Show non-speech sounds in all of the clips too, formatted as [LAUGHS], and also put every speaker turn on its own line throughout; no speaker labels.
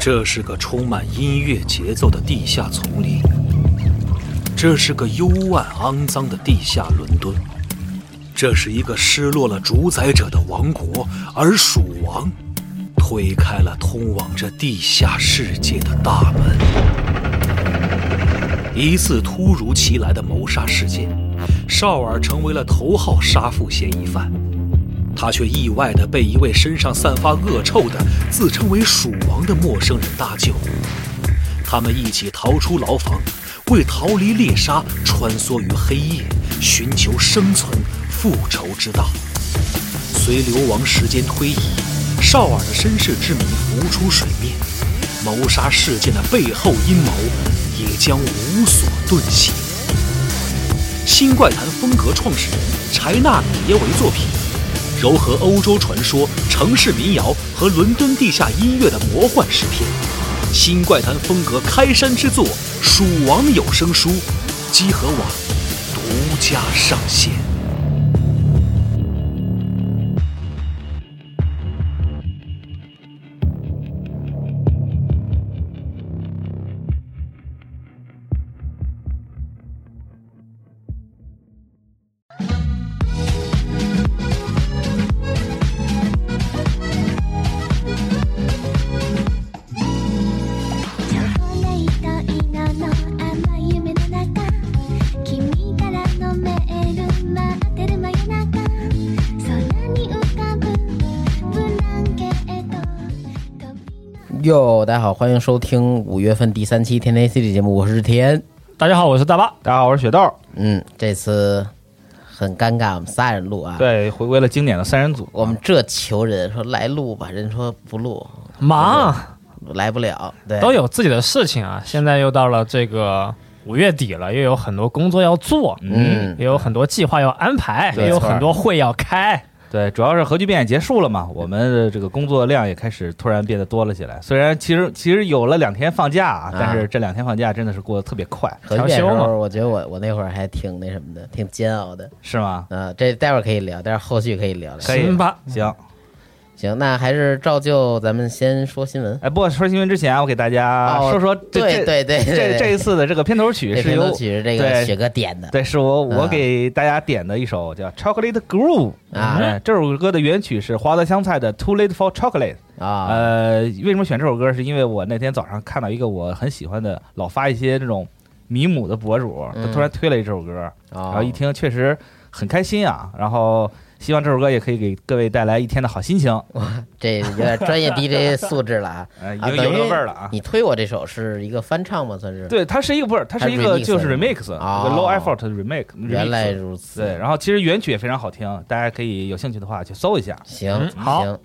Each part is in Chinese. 这是个充满音乐节奏的地下丛林，这是个幽暗肮脏的地下伦敦，这是一个失落了主宰者的王国，而蜀王推开了通往这地下世界的大门。一次突如其来的谋杀事件，绍尔成为了头号杀父嫌疑犯。他却意外地被一位身上散发恶臭的、自称为蜀王的陌生人搭救。他们一起逃出牢房，为逃离猎杀穿梭于黑夜，寻求生存、复仇之道。随流亡时间推移，绍尔的身世之谜浮出水面，谋杀事件的背后阴谋也将无所遁形。新怪谈风格创始人柴纳米耶为作品。糅合欧洲传说、城市民谣和伦敦地下音乐的魔幻诗篇，新怪谈风格开山之作《蜀王有声书》，积禾网独家上线。
チョコレート色の甘い夢の中君からのメール待ってる真夜中空に浮かぶブランケット
哟，大家好，欢迎收听五月份第三期天天 CT 节目，我是田。
大家好，我是大巴。
大家好，我是雪豆。
嗯，这次很尴尬，我们仨人录啊。，
对，回归了经典的三人组。
我们这求人说来录吧，人说不录，
忙
来不了。
哎
对，
都有自己的事情啊，现在又到了这个五月底了，又有很多工作要做，
嗯
也有很多计划要安排，
对
也有很多会要开。
对，主要是核聚变也结束了嘛，我们的这个工作量也开始突然变得多了起来。虽然其实其实有了两天放假啊，但是这两天放假真的是过得特别快，
合计的时
调休嘛
候，我觉得我我那会儿还挺那什么的，挺煎熬的。
是吗？
呃，这待会儿可以聊，但是后续可以聊聊。
可以
行吧，
嗯
行，
行，那还是照旧，咱们先说新闻。
哎，不过说新闻之前啊，我给大家
哦
说说
对
这
对
这
对对
这
对
这一次的这个片头曲
这
是
片
由
头曲是这个
对
雪哥点的。
对，是我我
嗯
给大家点的一首叫《Chocolate Groove》
啊
哎这首歌的原曲是华德香菜的《Too Late for Chocolate》。
啊，
呃，为什么选这首歌？是因为我那天早上看到一个我很喜欢的，老发一些这种迷母的博主，他
嗯
突然推了一这首歌，然后
哦
一听确实很开心啊，然后希望这首歌也可以给各位带来一天的好心情，
啊这有点专业 [LAUGHS] DJ 素质了啊。
呃，已
啊
经
等
有
于
那味儿了啊。
你推我这首是一个翻唱吗？算是。
对，它是一个不是，它是一个
它是 remix
就是 remix，
的
一个
哦
low effort 的 remake，
原来
remix
如此。
对，然后其实原曲也非常好听，大家可以有兴趣的话去搜一下。
行、
嗯好
行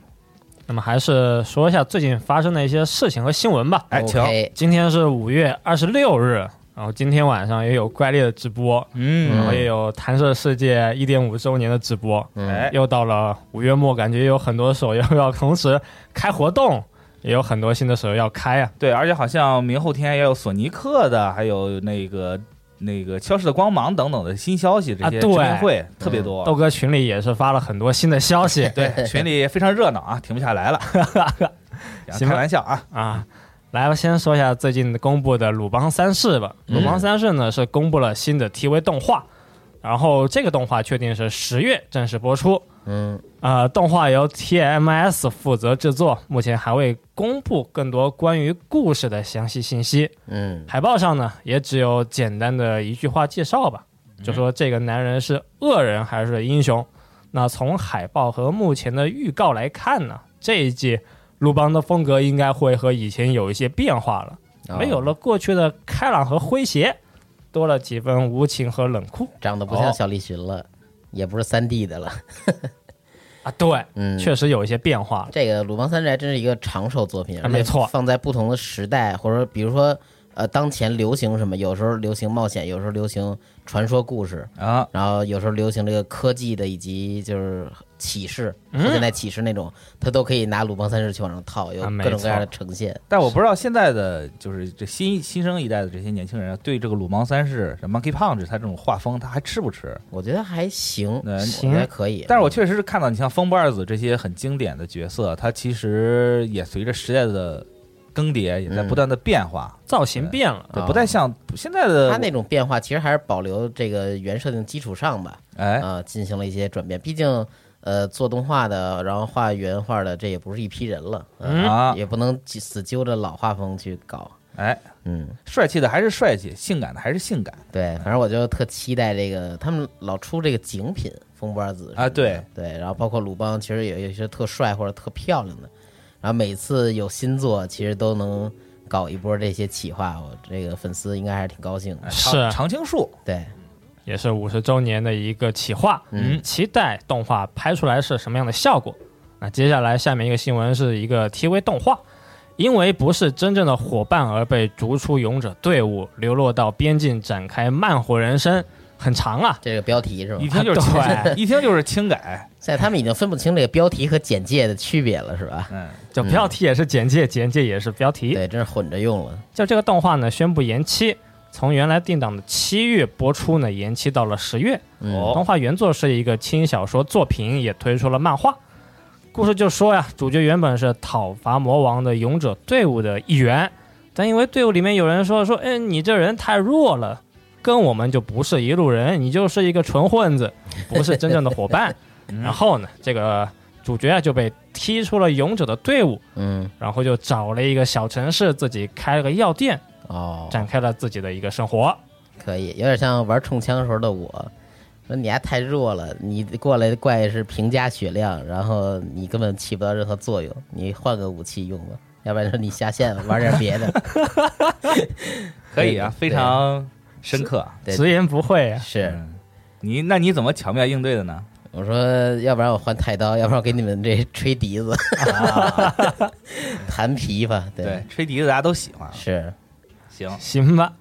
那么还是说一下最近发生的一些事情和新闻吧。
哎，请，
，OK，
今天是五月二十六日，然后今天晚上也有怪猎的直播，然
嗯，
后也有弹射世界一点五周年的直播。
嗯，
哎，
又到了五月末，感觉有很多手要要同时开活动，也有很多新的手要开啊。
对，而且好像明后天也有索尼克的，还有那个那个消失的光芒等等的新消息，这
啊
些
对嗯
见面会特别多。
豆哥群里也是发了很多新的消息 [LAUGHS]
对，群里非常热闹啊，停不下来了。
行
行
吧
开玩笑啊，
啊。来，我先说一下最近公布的《鲁邦三世》吧。《鲁邦三世呢》是公布了新的 TV 动画，然后这个动画确定是十月正式播出。
嗯，
呃，动画由 TMS 负责制作，目前还未公布更多关于故事的详细信息。
嗯，
海报上呢，也只有简单的一句话介绍吧，就说这个男人是恶人还是英雄。那从海报和目前的预告来看呢，这一季鲁邦的风格应该会和以前有一些变化了，
哦
[LAUGHS] 没有了过去的开朗和诙谐，多了几分无情和冷酷
长得不像
哦
小栗旬了，也不是三 D 的了。
啊。对，
嗯，
确实有一些变化了。
这个《鲁邦三世》还真是一个长寿作品，
啊没错
而且放在不同的时代，或者说比如说呃当前流行什么，有时候流行冒险，有时候流行传说故事，
啊，
然后有时候流行这个科技的以及就是启示，和现在启示那种，它都可以拿《鲁邦三世》去往上套，有
嗯啊没
各种各样的
错
呈现。
但我不知道现在的就是这新新生一代的这些年轻人啊对这个鲁莽三世、这 Monkey Punch 他这种画风，他还吃不吃？
我觉得还行，
嗯
我觉得可以。
但是我确实是看到你像风不二子这些很经典的角色，他其实也随着时代的更迭，也
嗯
在不断的变化，
造型变了，
对，
啊
不太像现在的
它那种变化其实还是保留这个原设定基础上吧，
哎，
啊，进行了一些转变。毕竟，呃，做动画的，然后画原画的，这也不是一批人了，
嗯
啊，
也不能死死揪着老画风去搞。
哎，
嗯，
帅气的还是帅气，性感的还是性感
对，反正我就特期待这个，他们老出这个精品风波子什么的
啊对
对，然后包括鲁邦，其实也有一些特帅或者特漂亮的，然后每次有新作，其实都能搞一波这些企划，我这个粉丝应该还是挺高兴的
哎。
嗯是
常常青树，
对，
也是五十周年的一个企划，
嗯
期待动画拍出来是什么样的效果。那接下来下面一个新闻是一个 TV 动画，因为不是真正的伙伴而被逐出勇者队伍，流落到边境展开慢活人生，很长啊。
这个标题是吧
一？听就是轻
对
[LAUGHS] 一听就是轻改，
现在他们已经分不清这个标题和简介的区别了，是吧？
嗯，
就标题也是简介，简介也是标题。
对，真是混着用了。
就这个动画呢，宣布延期，从原来定档的七月播出呢，延期到了十月。
嗯
动画原作是一个轻小说作品，也推出了漫画。故事就说呀，主角原本是讨伐魔王的勇者队伍的一员，但因为队伍里面有人说说，哎，你这人太弱了，跟我们就不是一路人，你就是一个纯混子，不是真正的伙伴。然后呢，这个主角啊就被踢出了勇者的队伍，
嗯，
然后就找了一个小城市，自己开了个药店，
哦，
展开了自己的一个生活。
可以，有点像玩冲枪时候的我。说你还太弱了，你过来怪是平加血量，然后你根本起不到任何作用，你换个武器用吧，要不然说你下线了玩点别的。
可以啊，
对
非常深刻。
对
直言不讳啊，
是，
嗯你那你怎么巧妙应对的呢？
我说要不然我换太刀，要不然我给你们这吹笛子，弹琵琶，对，
对，吹笛子大家都喜欢，
是，
行，
行吧。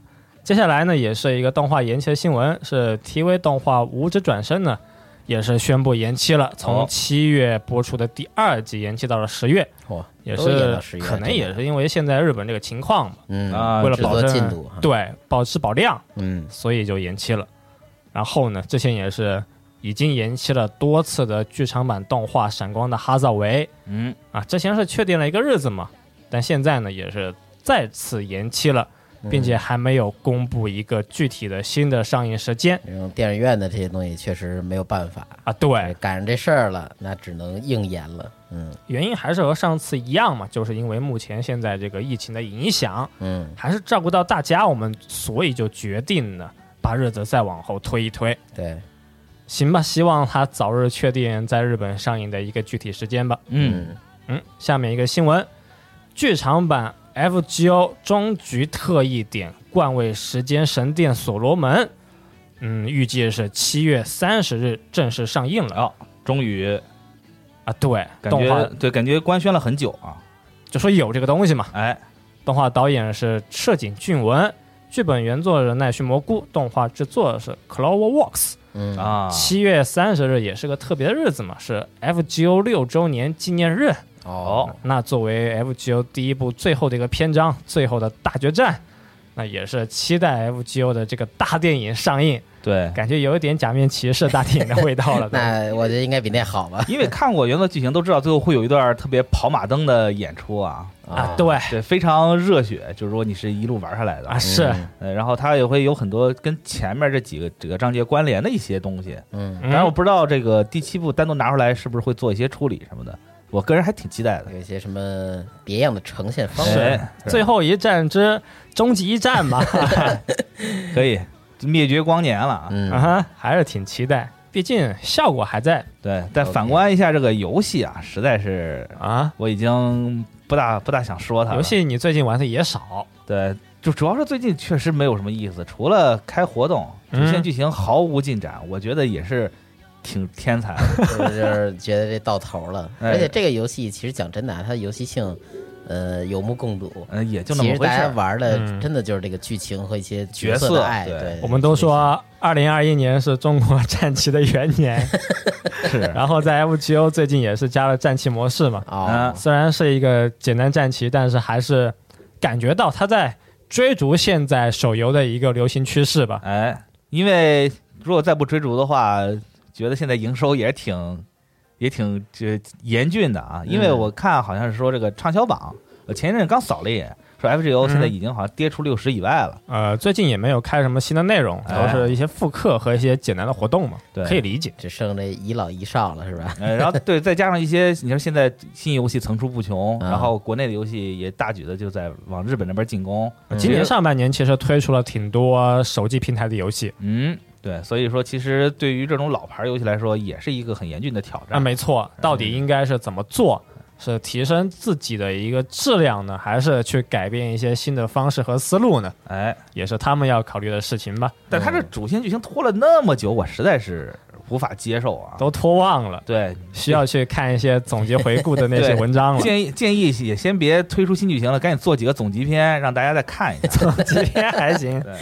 接下来呢，也是一个动画延期的新闻，是 TV 动画《五指转身》呢，也是宣布延期了，从
哦
七月播出的第二季延期到了十月，
哇，
也
都演到
是
十一了
可能
这
也
个
是因为现在日本这个情况嘛，
嗯
啊
为了
制
保
作
证
进度哈，
对保质保量，
嗯
所以就延期了。然后呢，之前也是已经延期了多次的剧场版动画《闪光的哈萨维》
嗯，
啊，之前是确定了一个日子嘛，但现在呢也是再次延期了，并且还没有公布一个具体的新的上映时间
这种电影院的这些东西确实没有办法，哎
啊。对，
赶上这事儿了，那只能硬延了，嗯
原因还是和上次一样嘛，就是因为目前现在这个疫情的影响，
嗯。
还是照顾到大家，我们所以就决定呢把日子再往后推一推。
对，
行吧，希望它早日确定在日本上映的一个具体时间吧。
嗯，
嗯，下面一个新闻，剧场版 FGO 终局特异点冠位时间神殿所罗门，嗯，预计是七月三十日正式上映了
哦，终于
啊。对，
感
动画
觉对，感觉官宣了很久啊，
就说有这个东西嘛。
哎，
动画导演是赤井俊文，剧本原作人奈绪蘑菇，动画制作是 CloverWorks。
嗯，。
啊，
七月三十日也是个特别的日子嘛，是 FGO 六周年纪念日。
哦，
那作为 FGO 第一部最后的一个篇章，最后的大决战，那也是期待 FGO 的这个大电影上映， [LAUGHS]
对，
感觉有一点假面骑士大电影的味道了
[LAUGHS]
啊
那我觉得应该比那好吧？
因为看过原作剧情都知道，最后会有一段特别跑马灯的演出啊，
啊，对
对，非常热血，就是说你是一路玩下来
啊，
的，
是，
呃，然后它也会有很多跟前面这几个几个章节关联的一些东西，
嗯，
当然我
嗯
不知道这个第七部单独拿出来是不是会做一些处理什么的，我个人还挺期待的
嗯有，一些什么别样的呈现方式，
哎，
最后一战之终极一战嘛。啊
可以灭绝光年了啊，
啊
嗯，
哈，还是挺期待，毕竟效果还在
对，但
OK
反观一下这个游戏啊，实在是
啊。
我已经不大不大想说它了，
游戏你最近玩的也少，
对，就主要是最近确实没有什么意思，除了开活动，主
嗯
线剧情毫无进展，我觉得也是挺天才的。
是不是就是觉得这到头了？
[LAUGHS] 哎
而且这个游戏其实讲真的啊，它的游戏性，呃，有目共睹。
嗯，也就那
其
么
实
回
大
事
家
儿。
玩的
嗯
真的就是这个剧情和一些
角
色
色
的爱。
对
对，
我们都
啊
说二零二一年是中国战旗的元年，
[LAUGHS]
是，啊
然后在 FGO 最近也是加了战旗模式嘛，
啊
哦，
虽然是一个简单战棋，但是还是感觉到他在追逐现在手游的一个流行趋势吧。
哎，因为如果再不追逐的话，觉得现在营收也挺也挺这严峻的啊。因为
嗯
我看好像是说这个畅销榜，我前一阵刚扫了一眼，说
嗯
FGO 现在已经好像跌出六十以外
[LAUGHS]
了。
呃，最近也没有开什么新的内容，
哎
都是一些复刻和一些简单的活动嘛，
对
可以理解。
只剩这一老一少了，是吧？
呃，然后对，再加上一些，你说现在新游戏层出不穷，
啊
然后国内的游戏也大举的就在往日本那边进攻。
啊
嗯
今年上半年其实推出了挺多手机平台的游戏
嗯，对，所以说其实对于这种老牌游戏来说，也是一个很严峻的挑
啊，
战。
没错，到
嗯
底应该是怎么做？是提升自己的一个质量呢，还是去改变一些新的方式和思路呢？
哎，
也是他们要考虑的事情吧，
但他这主线剧情拖了那么久，我实在是无法接受啊。
都拖忘了，
对，
需要去看一些总结回顾的那些
对
文章了。
建议建议也先别推出新剧情了，赶紧做几个总集篇，让大家再看一
[LAUGHS]
下。
今天还行，
对，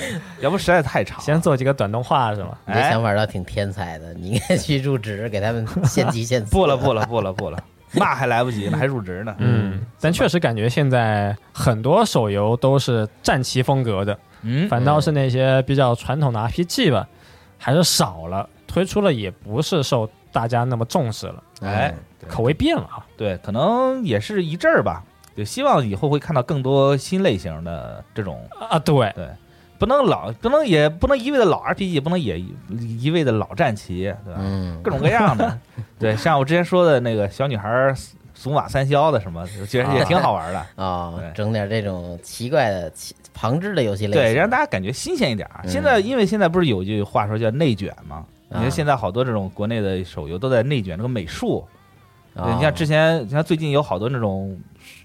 要不实在太长了。
先做几个短动画是吗？
你这
哎
想法倒挺天才的，你应该去入职，给他们献计献词。
不了不了不了不了， [LAUGHS] 骂还来不及呢，还入职呢。
嗯，但确实感觉现在很多手游都是战棋风格的，
嗯，
反倒是那些比较传统的 RPG 吧，还是少了，推出了也不是受大家那么重视了，
嗯
哎，
口味变了啊。
对，可能也是一阵儿吧。就希望以后会看到更多新类型的这种，
啊，对，
不能老不能也不能一味的老 RPG，不能也一味的老战棋，对吧？
嗯，
各种各样的， [LAUGHS] 对，像我之前说的那个小女孩儿俗俗马三消的什么，其实也挺好玩的。
哦
对，
整点这种奇怪的、奇旁支的游戏类型。
对，让大家感觉新鲜一点儿。
嗯
现在因为现在不是有句话说叫内卷吗？你
啊
看现在好多这种国内的手游都在内卷这个美术，对，
哦
你像之前，你像最近有好多那种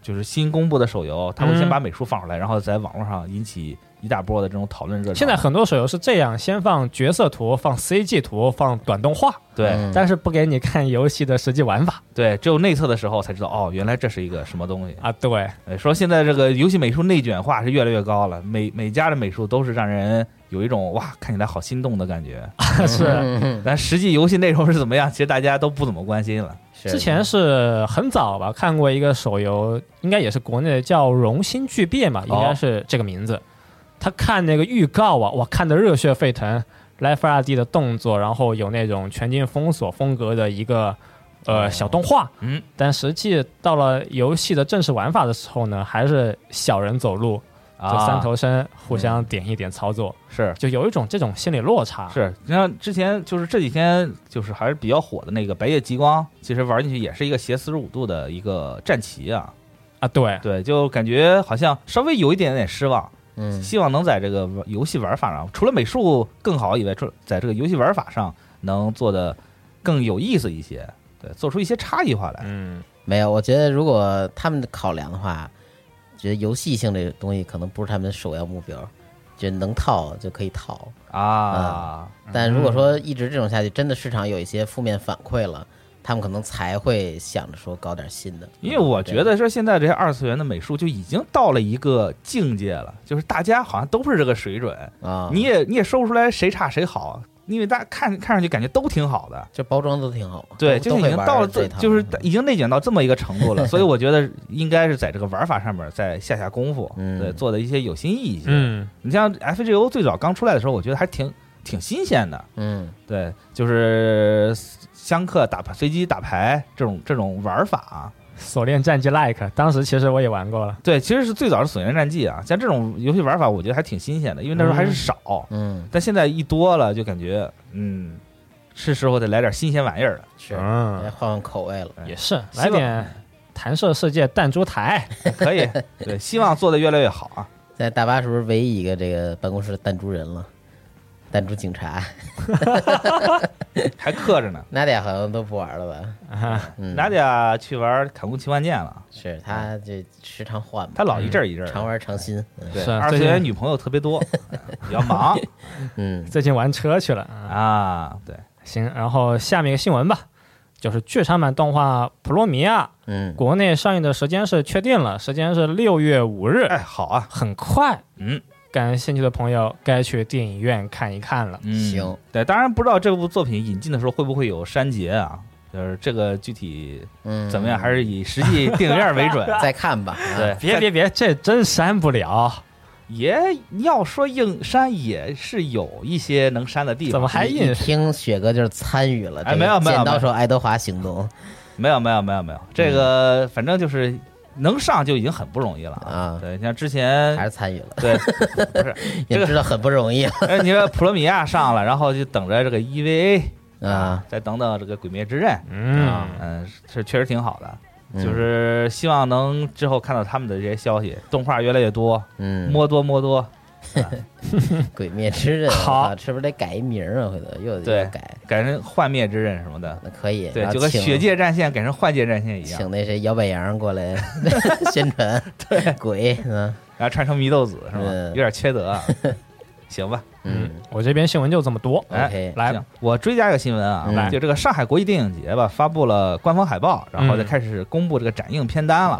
就是新公布的手游，他会先
嗯
把美术放出来，然后在网络上引起一大波的这种讨论热潮。
现在很多手游是这样，先放角色图，放 CG 图，放短动画，
对
嗯
但是不给你看游戏的实际玩法
对，只有内测的时候才知道，哦，原来这是一个什么东西。
啊。对，
哎说现在这个游戏美术内卷化是越来越高了，每每家的美术都是让人有一种哇看起来好心动的感觉，
[LAUGHS] 是
嗯
但实际游戏内容是怎么样，其实大家都不怎么关心了。
是
之前是很早吧，看过一个手游，应该也是国内的叫《荣星巨变》
哦
吧，应该是这个名字。他看那个预告啊，哇，看得热血沸腾，Life 二 D 的动作，然后有那种全境封锁风格的一个呃小动画，
嗯，
但实际到了游戏的正式玩法的时候呢，还是小人走路，就
啊
三头身互相点一点操作，
是
就有一种这种心理落差。
是，你像之前就是这几天就是还是比较火的那个《白夜极光》，其实玩进去也是一个斜四十五度的一个战棋啊，
啊，对，
对，就感觉好像稍微有一点点失望，
嗯
希望能在这个玩游戏玩法上，除了美术更好以外，除在这个游戏玩法上能做的更有意思一些，对，做出一些差异化来。
嗯，
没有，我觉得如果他们的考量的话，觉得游戏性这个东西可能不是他们首要目标，觉得能套就可以套。
啊，
但如果说一直这种下去，真的市场有一些负面反馈了，他们可能才会想着说搞点新的。
因为我觉得说现在这些二次元的美术就已经到了一个境界了，就是大家好像都是这个水准，
啊，
你也你也说不出来谁差谁好，因为大家看看上去感觉都挺好的，
这包装都挺好，
对，
都
就是已
都会
经
玩
到了
这
这，
套嗯
就是已经内卷到这么一个
[LAUGHS]
程度了，所以我觉得应该是在这个玩法上面再下下功夫，
嗯
对，做的一些有新意一些。
嗯，
你像 FGO 最早刚出来的时候，我觉得还挺挺新鲜的，
嗯
对，就是相克打牌随机打牌这种这种玩法啊、
锁链战绩 like，当时其实我也玩过了。
对，其实是最早是《锁链战记》啊，像这种游戏玩法，我觉得还挺新鲜的，因为那时候还是少，
嗯
但现在一多了，就感觉嗯，是时候得来点新鲜玩意儿了。
是，
嗯
来，换换口味了。
也是
哎希
来
望
点弹射世界弹珠
[LAUGHS]
台，
[LAUGHS]
可以，对，希望做的越来越好啊。
在大巴是不是唯一一个这个办公室的弹珠人了？弹珠警察， [LAUGHS]
还刻着呢，
娜迪亚好像都不玩了吧？嗯，
娜姐啊去玩《砍工奇幻剑》了，
是他这时常换嘛，
她老一阵儿一阵儿
嗯常
的。
玩常新。嗯
对
是，啊
二次
最近
元女朋友特
[LAUGHS]
别多，比较忙
嗯，
最近玩车去了啊。
啊。对，
行，然后下面一个新闻吧，就是剧场版动画《普罗米亚》
嗯，
国内上映的时间是确定了，时间是六月五日，
哎，好啊，
很快。
嗯，
感兴趣的朋友该去电影院看一看了。
嗯
行。
对，当然不知道这部作品引进的时候会不会有删节啊，就是这个具体
嗯
怎么样，还是以实际电影院为
[LAUGHS]
准。
再看吧。啊
对，
别别别，这真删不了，
也要说硬删也是有一些能删的地
怎
方
么，还
一
硬？
听雪哥就是参与了，这
哎
个
没有没有
剪
没
刀
有
手爱德华行动，嗯
没有没有没有没有，这个反正就是能上就已经很不容易了
啊
对，像之前
还是参与了，
对，不是，这
也
个
知道很不容
[LAUGHS]
易
哎，你说普罗米亚上了，然后就等着这个 EVA，
[LAUGHS] 啊。
再等等这个《鬼灭之刃》
嗯，
嗯，是确实挺好的。
嗯
就是希望能之后看到他们的这些消息，动画越来越多，
嗯，
摸多摸多，
鬼灭之刃，我
好
操是不是得改一名儿啊？回头又
对
得改，
改成幻灭之刃什么的，
那可以。
对
然，后
就跟
啊请
血界战线改成幻界战线一样，
请那谁摇摆羊过
[LAUGHS]
来宣传，对鬼，嗯
然后穿成祢豆子是吧？
嗯
有点缺德
[LAUGHS]
啊，行吧？
嗯
我这边新闻就这么多，
哎
OK
来
行，我追加一个新闻啊，
嗯
就这个上海国际电影节吧，发布了官方海报，然后就
嗯
开始公布这个展映片单了。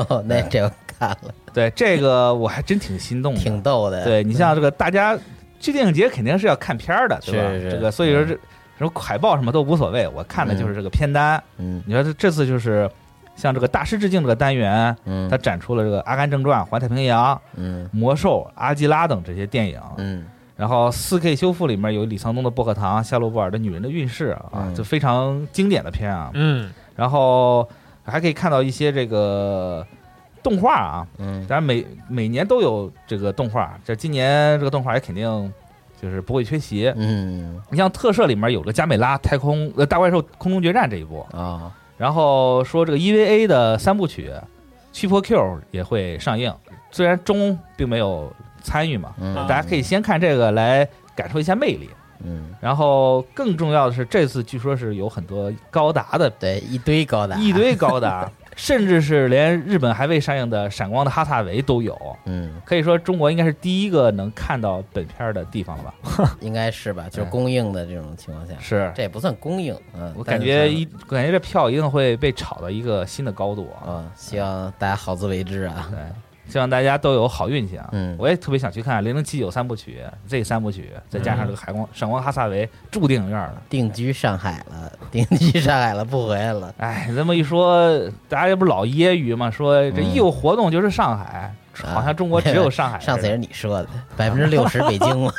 哦， [LAUGHS] 那这我看了，
对，这个我还真挺心动的，
挺逗的。
嗯对你像这个大家去电影节肯定是要看片儿的，对吧？
是是嗯
这个所以说这什么海报什么都无所谓，我看的就是这个片单。
嗯
你说这这次就是像这个大师致敬这个单元，
嗯
它展出了这个《阿甘正传》《环太平洋》《
嗯
魔兽》《阿基拉》等这些电影。
嗯
然后四 K 修复里面有李沧东的《薄荷糖》、夏洛布尔的《女人的运势》啊，
嗯
就非常经典的片啊。
嗯，
然后还可以看到一些这个动画啊，
嗯
当然每每年都有这个动画，这今年这个动画也肯定就是不会缺席。
嗯
你像特摄里面有个加美拉太空呃大怪兽空中决战这一部，
哦
然后说这个 EVA 的三部曲《驱破 Q》也会上映，虽然中并没有参与嘛，
嗯
大家可以先看这个来感受一下魅力。
嗯，
然后更重要的是，这次据说是有很多高达的
对，一堆高达，
一，堆高
[LAUGHS]
达，甚至是连日本还未上映的《闪光的哈萨维》都有。
嗯，
可以说中国应该是第一个能看到本片儿的地方了吧？
应该是吧？就是供应的这种情况下，
是
这也不算供应，嗯，
我
但
感
是
觉
算
一感觉这票一定会被炒到一个新的高度啊！
啊，希望大家好自为之啊。
对，希望大家都有好运气啊！
嗯
我也特别想去看《零零七》有三部曲，Z 三部曲，再加上
嗯
这个海光闪光哈萨维，住电影院了。
定居上海了， [LAUGHS] 定居上海了，不回来了。
哎，这么一说，大家这不老揶揄嘛，说这
嗯
一有活动就是上海，好像中国只有上
[LAUGHS]
海。
上次也
似
是
的
你说的，百分之六十北京嘛，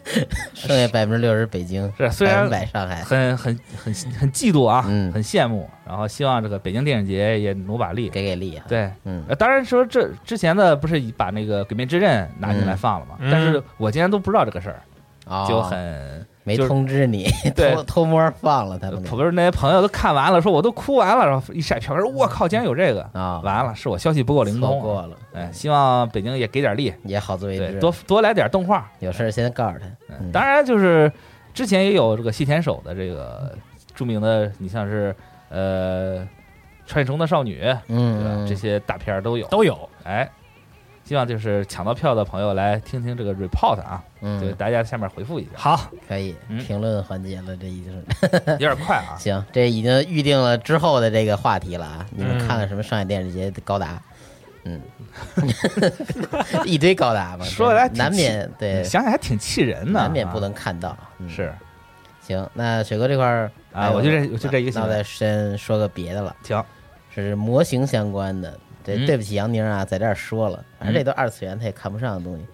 [LAUGHS] 剩下百分之六十北京，
是虽
百
然
分百上海。
很很很很嫉妒啊，
嗯
很羡慕，然后希望这个北京电影节也努把力。
给给力啊！
对，
嗯
呃，当然说这之前的不是把那个《鬼灭之刃》拿进来放了嘛，
嗯
但是我竟然都不知道这个事儿，
哦
就很
没
呃就是
通知你，
对
偷偷摸放了他们
普
给
遍那些朋友都看完了，说我都哭完了，然后一晒票，说我靠，竟然有这个，
啊，
完了是我消息不够灵
错
通，
过了，
哎，希望北京也给点力，
也好自为
对，
之。
多多来点动画，
有事儿先告诉他。
嗯
嗯
当然就是之前也有这个细田守的这个著名的，你像是呃《穿越成功的少女》对吧，
嗯，
这些大片儿都有，
都有，
哎。希望就是抢到票的朋友来听听这个 report 啊，就
嗯
大家下面回复一下，
好，
可以
嗯
评论环节了，这已经是。
有点快啊
行，这已经预定了之后的这个话题了啊！你们
嗯
看看什么上海电视节的高达，嗯， [LAUGHS] 一堆高达吧，
说来挺
难免 [LAUGHS] 对，
想想还挺气人的，
难免不能看到。
啊
嗯
是
行，那水哥这块儿
啊，我就这我就这一个新
那我
闻
再，先说个别的了，
行，
是模型相关的。这
嗯
对不起杨宁啊，在这儿说了，反正这都二次元，他也看不上的东西。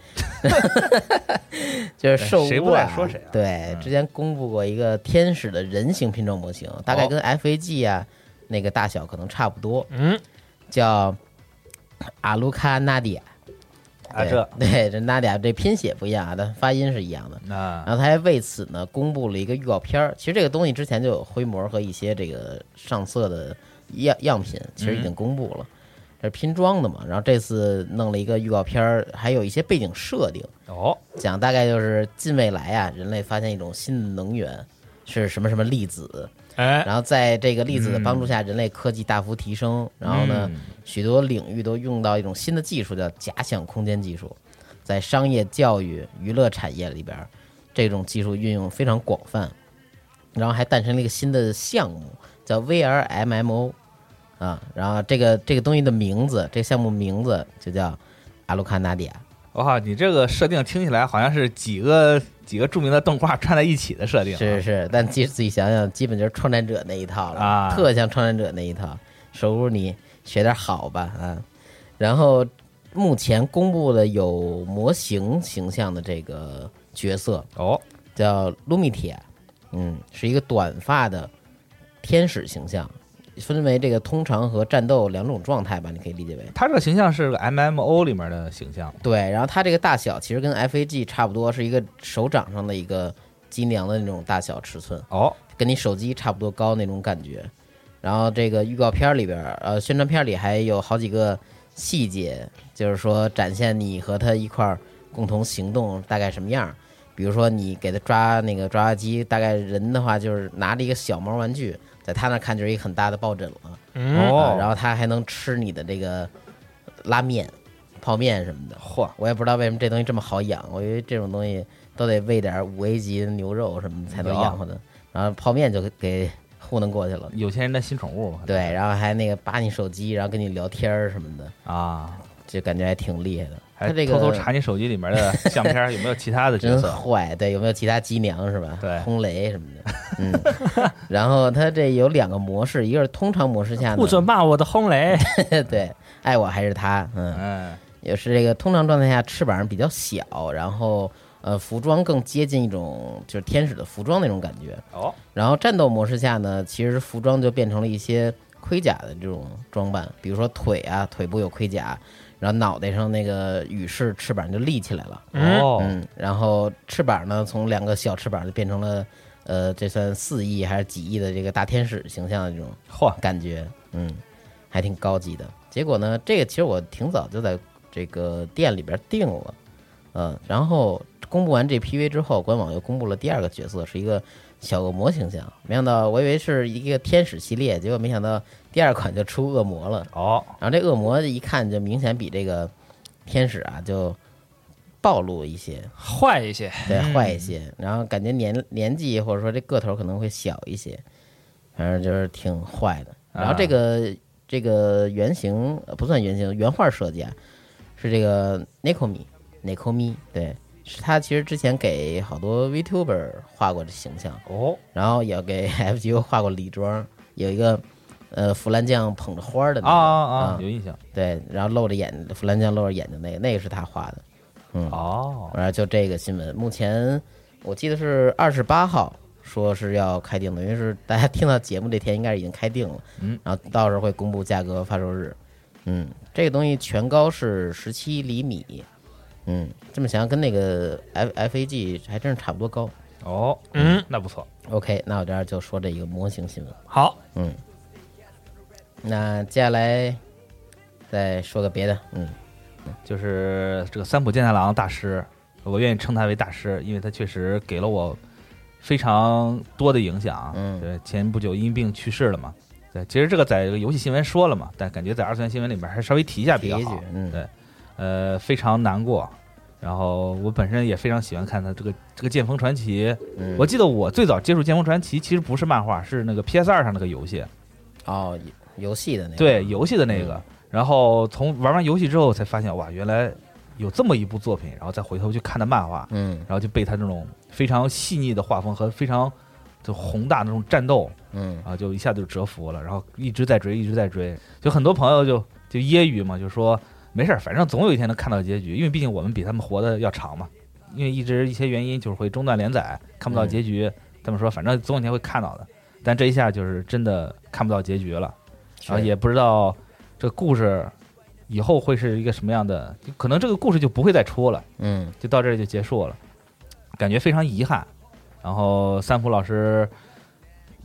[LAUGHS]
就是兽
谁
屋
不
啊
爱，说谁啊
对
嗯，
之前公布过一个天使的人形拼装模型，大概
哦
跟 FAG 啊那个大小可能差不多，
嗯，
叫阿卢卡纳迪亚。
啊
对
这
对这纳迪亚这拼写不一样啊，但发音是一样的。
那
然后他还为此呢公布了一个预告片儿。其实这个东西之前就有灰模和一些这个上色的样样品，其实已经公布了，这是拼装的嘛。然后这次弄了一个预告片儿，还有一些背景设定，
哦
讲大概就是近未来啊，人类发现一种新的能源是什么什么粒子，
哎，
然后在这个粒子的帮助下，人类科技大幅提升。然后呢
嗯，
许多领域都用到一种新的技术，叫假想空间技术，在商业、教育、娱乐产业里边儿，这种技术运用非常广泛。然后还诞生了一个新的项目，叫 VR MMO 啊。然后这个这个东西的名字，这个项目名字就叫阿鲁卡纳迪亚。
我靠，你这个设定听起来好像是几个几个著名的动画串在一起的设定啊，
是是，但其实自己想想，基本就是创战者那一套了，
啊
特像创战者那一套。手屋你学点好吧啊！然后目前公布的有模型形象的这个角色
哦
叫卢米铁，嗯，是一个短发的天使形象，分为这个通常和战斗两种状态吧，你可以理解为。
他这个形象是个 MMO 里面的形象，
对，然后它这个大小其实跟 FAG 差不多，是一个手掌上的一个斤量的那种大小尺寸，
哦，
跟你手机差不多高那种感觉。然后这个预告片里边儿，呃，宣传片里还有好几个细节，就是说展现你和他一块儿共同行动大概什么样儿。比如说你给他抓那个抓娃娃机，大概人的话就是拿着一个小毛玩具，在他那看就是一个很大的抱枕了。
哦
嗯，
啊然后他还能吃你的这个呃拉面、泡面什么的。
嚯，
我也不知道为什么这东西这么好养，我以为这种东西都得喂点五 A 级的牛肉什么的才能养活的，然后泡面就给糊弄过去了。
有钱人的新宠物嘛，
对，然后还那个扒你手机，然后跟你聊天儿什么的，
啊，
就感觉还挺厉害的。
还
他这个
偷偷查你手机里面的相片儿有没有其他的角
真
色，
坏，对，有没有其他机娘是吧？
对
轰雷什么
[LAUGHS]
的，嗯。然后他这有两个模式，一个是通常模式下
不准
呢，
骂我的轰雷，
[LAUGHS]
[LAUGHS]
对，爱我还是他，嗯，
嗯，
也是这个通常状态下翅膀比较小，然后呃服装更接近一种就是天使的服装那种感觉。
哦，
然后战斗模式下呢，其实服装就变成了一些盔甲的这种装扮，比如说腿啊，腿部有盔甲，然后脑袋上那个羽饰翅膀就立起来了，
嗯
哦，
嗯，然后翅膀呢从两个小翅膀就变成了呃这算四亿还是几亿的这个大天使形象的这种
嚯，
感觉，嗯，还挺高级的。结果呢，这个其实我挺早就在这个店里边定了，嗯，然后公布完这 PV 之后，官网又公布了第二个角色，是一个小恶魔形象。没想到，我以为是一个天使系列，结果没想到第二款就出恶魔了。
哦，
然后这恶魔一看就明显比这个天使啊就暴露一些，
坏一些，
对，坏一些，然后感觉年年纪或者说这个头可能会小一些，反正就是挺坏的。然后这个、这个原型呃不算原型，原画设计啊，是这个 Nakomi Nakomi，对，是他其实之前给好多 VTuber 画过这形象，
哦，
然后也给 [LAUGHS] FGO 画过礼装，有一个呃弗兰酱捧着花儿的那
啊
个
啊啊
啊，
有印象，
对，然后露着眼弗兰酱露着眼睛那个，那个是他画的。嗯
哦，
然后就这个新闻，目前我记得是二十八号说是要开定的，因为是大家听到节目这天应该是已经开定了，
嗯，
然后到时候会公布价格和发售日，嗯，这个东西全高是十七厘米，嗯，这么想跟那个 F F A G 还真是差不多高。
哦，
嗯，
那不错，
OK，那我这儿就说这一个模型新闻，
好，
嗯，那接下来再说个别的，嗯，
就是这个三浦健太郎大师，我愿意称他为大师，因为他确实给了我非常多的影响。啊
嗯
对，前不久因病去世了嘛。对，其实这个在游戏新闻说了嘛，但感觉在二次元新闻里面还是稍微提一下比较
提一
好
句。嗯
对，呃，非常难过。然后我本身也非常喜欢看他这个这个《剑锋传奇》
嗯
我记得我最早接触《剑锋传奇》其实不是漫画，是那个 PS 二上那个游戏。
哦，游戏的那个，
对游戏的那个
嗯。
然后从玩完游戏之后才发现，哇，原来有这么一部作品。然后再回头去看的漫画，
嗯
然后就被他这种非常细腻的画风和非常就宏大的那种战斗
嗯
啊，就一下就折服了。然后一直在追，一直在追。就很多朋友就就揶揄嘛，就说没事儿，反正总有一天能看到结局，因为毕竟我们比他们活的要长嘛。因为一直一些原因就是会中断连载，看不到
嗯
结局。他们说反正总有一天会看到的，但这一下就是真的看不到结局了。然后
是
也不知道这个故事以后会是一个什么样的，就可能这个故事就不会再出了，
嗯。
就到这儿就结束了，感觉非常遗憾。然后三浦老师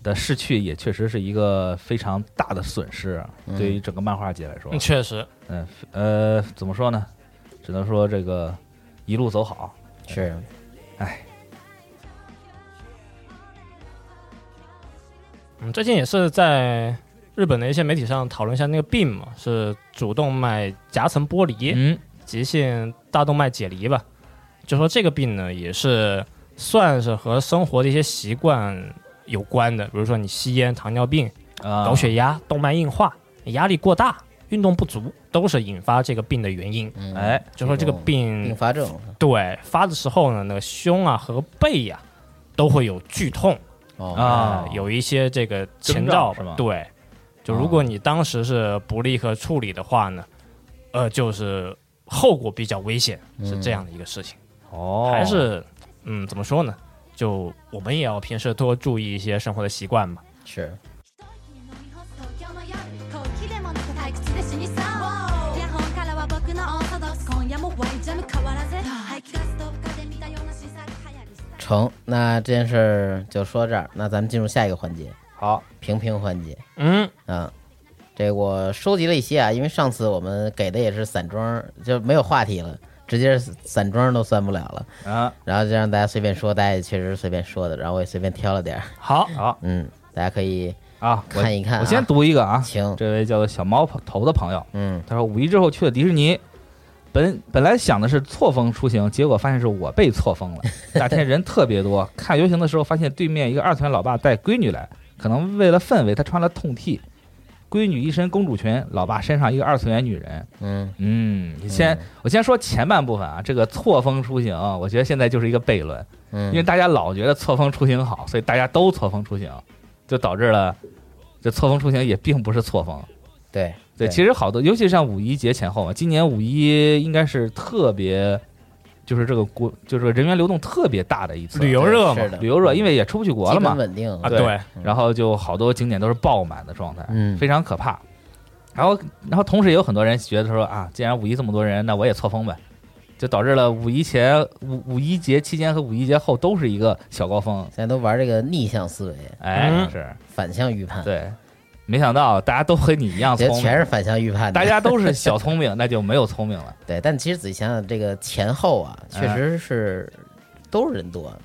的逝去也确实是一个非常大的损失，啊
嗯
对于整个漫画界来说
嗯，确实，
嗯呃，怎么说呢？只能说这个一路走好。
是，
哎，
嗯，最近也是在日本的一些媒体上讨论一下那个病嘛，是主动脉夹层剥离，
嗯，
急性大动脉解离吧。就说这个病呢，也是算是和生活的一些习惯有关的，比如说你吸烟、糖尿病、
啊，
高血压、动脉硬化、压力过大、运动不足，都是引发这个病的原因。
嗯，
哎，
就说这个
种并
病
发症，
对发的时候呢，那个胸啊和背呀、都会有剧痛。
哦
啊
啊，有一些这个前
征兆
兆
是啊吗
吧。对，就如果你当时是不立刻处理的话呢，呃，就是后果比较危险，是这样的一个事情。
嗯哦，
还是，嗯，怎么说呢？就我们也要平时多注意一些生活的习惯吧。
是，
一人飲み干す東京
成，那这件事儿就说这儿，那咱们进入下一个环节，
好，
评评环节
嗯，
啊。这我收集了一些啊，因为上次我们给的也是散装，就没有话题了，直接散装都算不了了。
啊，
然后就让大家随便说，大家也确实是随便说的，然后我也随便挑了点儿，
好，
好
嗯，大家可以
啊，我
看一看、啊。
我先读一个啊，
行，
这位叫做小猫头的朋友，
嗯
他说五一之后去了迪士尼，本本来想的是错峰出行，结果发现是我被错峰了。那天人特别多，看游行的时候发现对面一个二次元老爸带闺女来，可能为了氛围，他穿了痛 T，闺女一身公主裙，老爸身上一个二次元女人。
嗯，
嗯，先、
嗯
我先说前半部分啊，这个错峰出行，啊我觉得现在就是一个悖论，因为
嗯，
大家老觉得错峰出行好，所以大家都错峰出行，就导致了这错峰出行也并不是错峰。
对
对，其实好多，尤其是像五一节前后嘛，今年五一应该是特别，就是这个国，就是这个人员流动特别大的一次
旅游热嘛
是的
旅游热，因为也出不去国了
嗯基本
嘛，
稳定
啊，
对
对，
然后就好多景点都是爆满的状态，
嗯
非常可怕。然后，然后同时也有很多人觉得说啊，既然五一这么多人，那我也错峰呗，就导致了五一前五五一节期间和五一节后都是一个小高峰，
现在都玩这个逆向思维、
哎，
嗯
是
反向预判，
对，没想到大家都和你一样
觉
聪
得全
明，
是反向预判的，
大家都是小聪明，那就没有聪明了。
对。但其实仔细想想，这个前后啊，确
嗯
实是都是人多，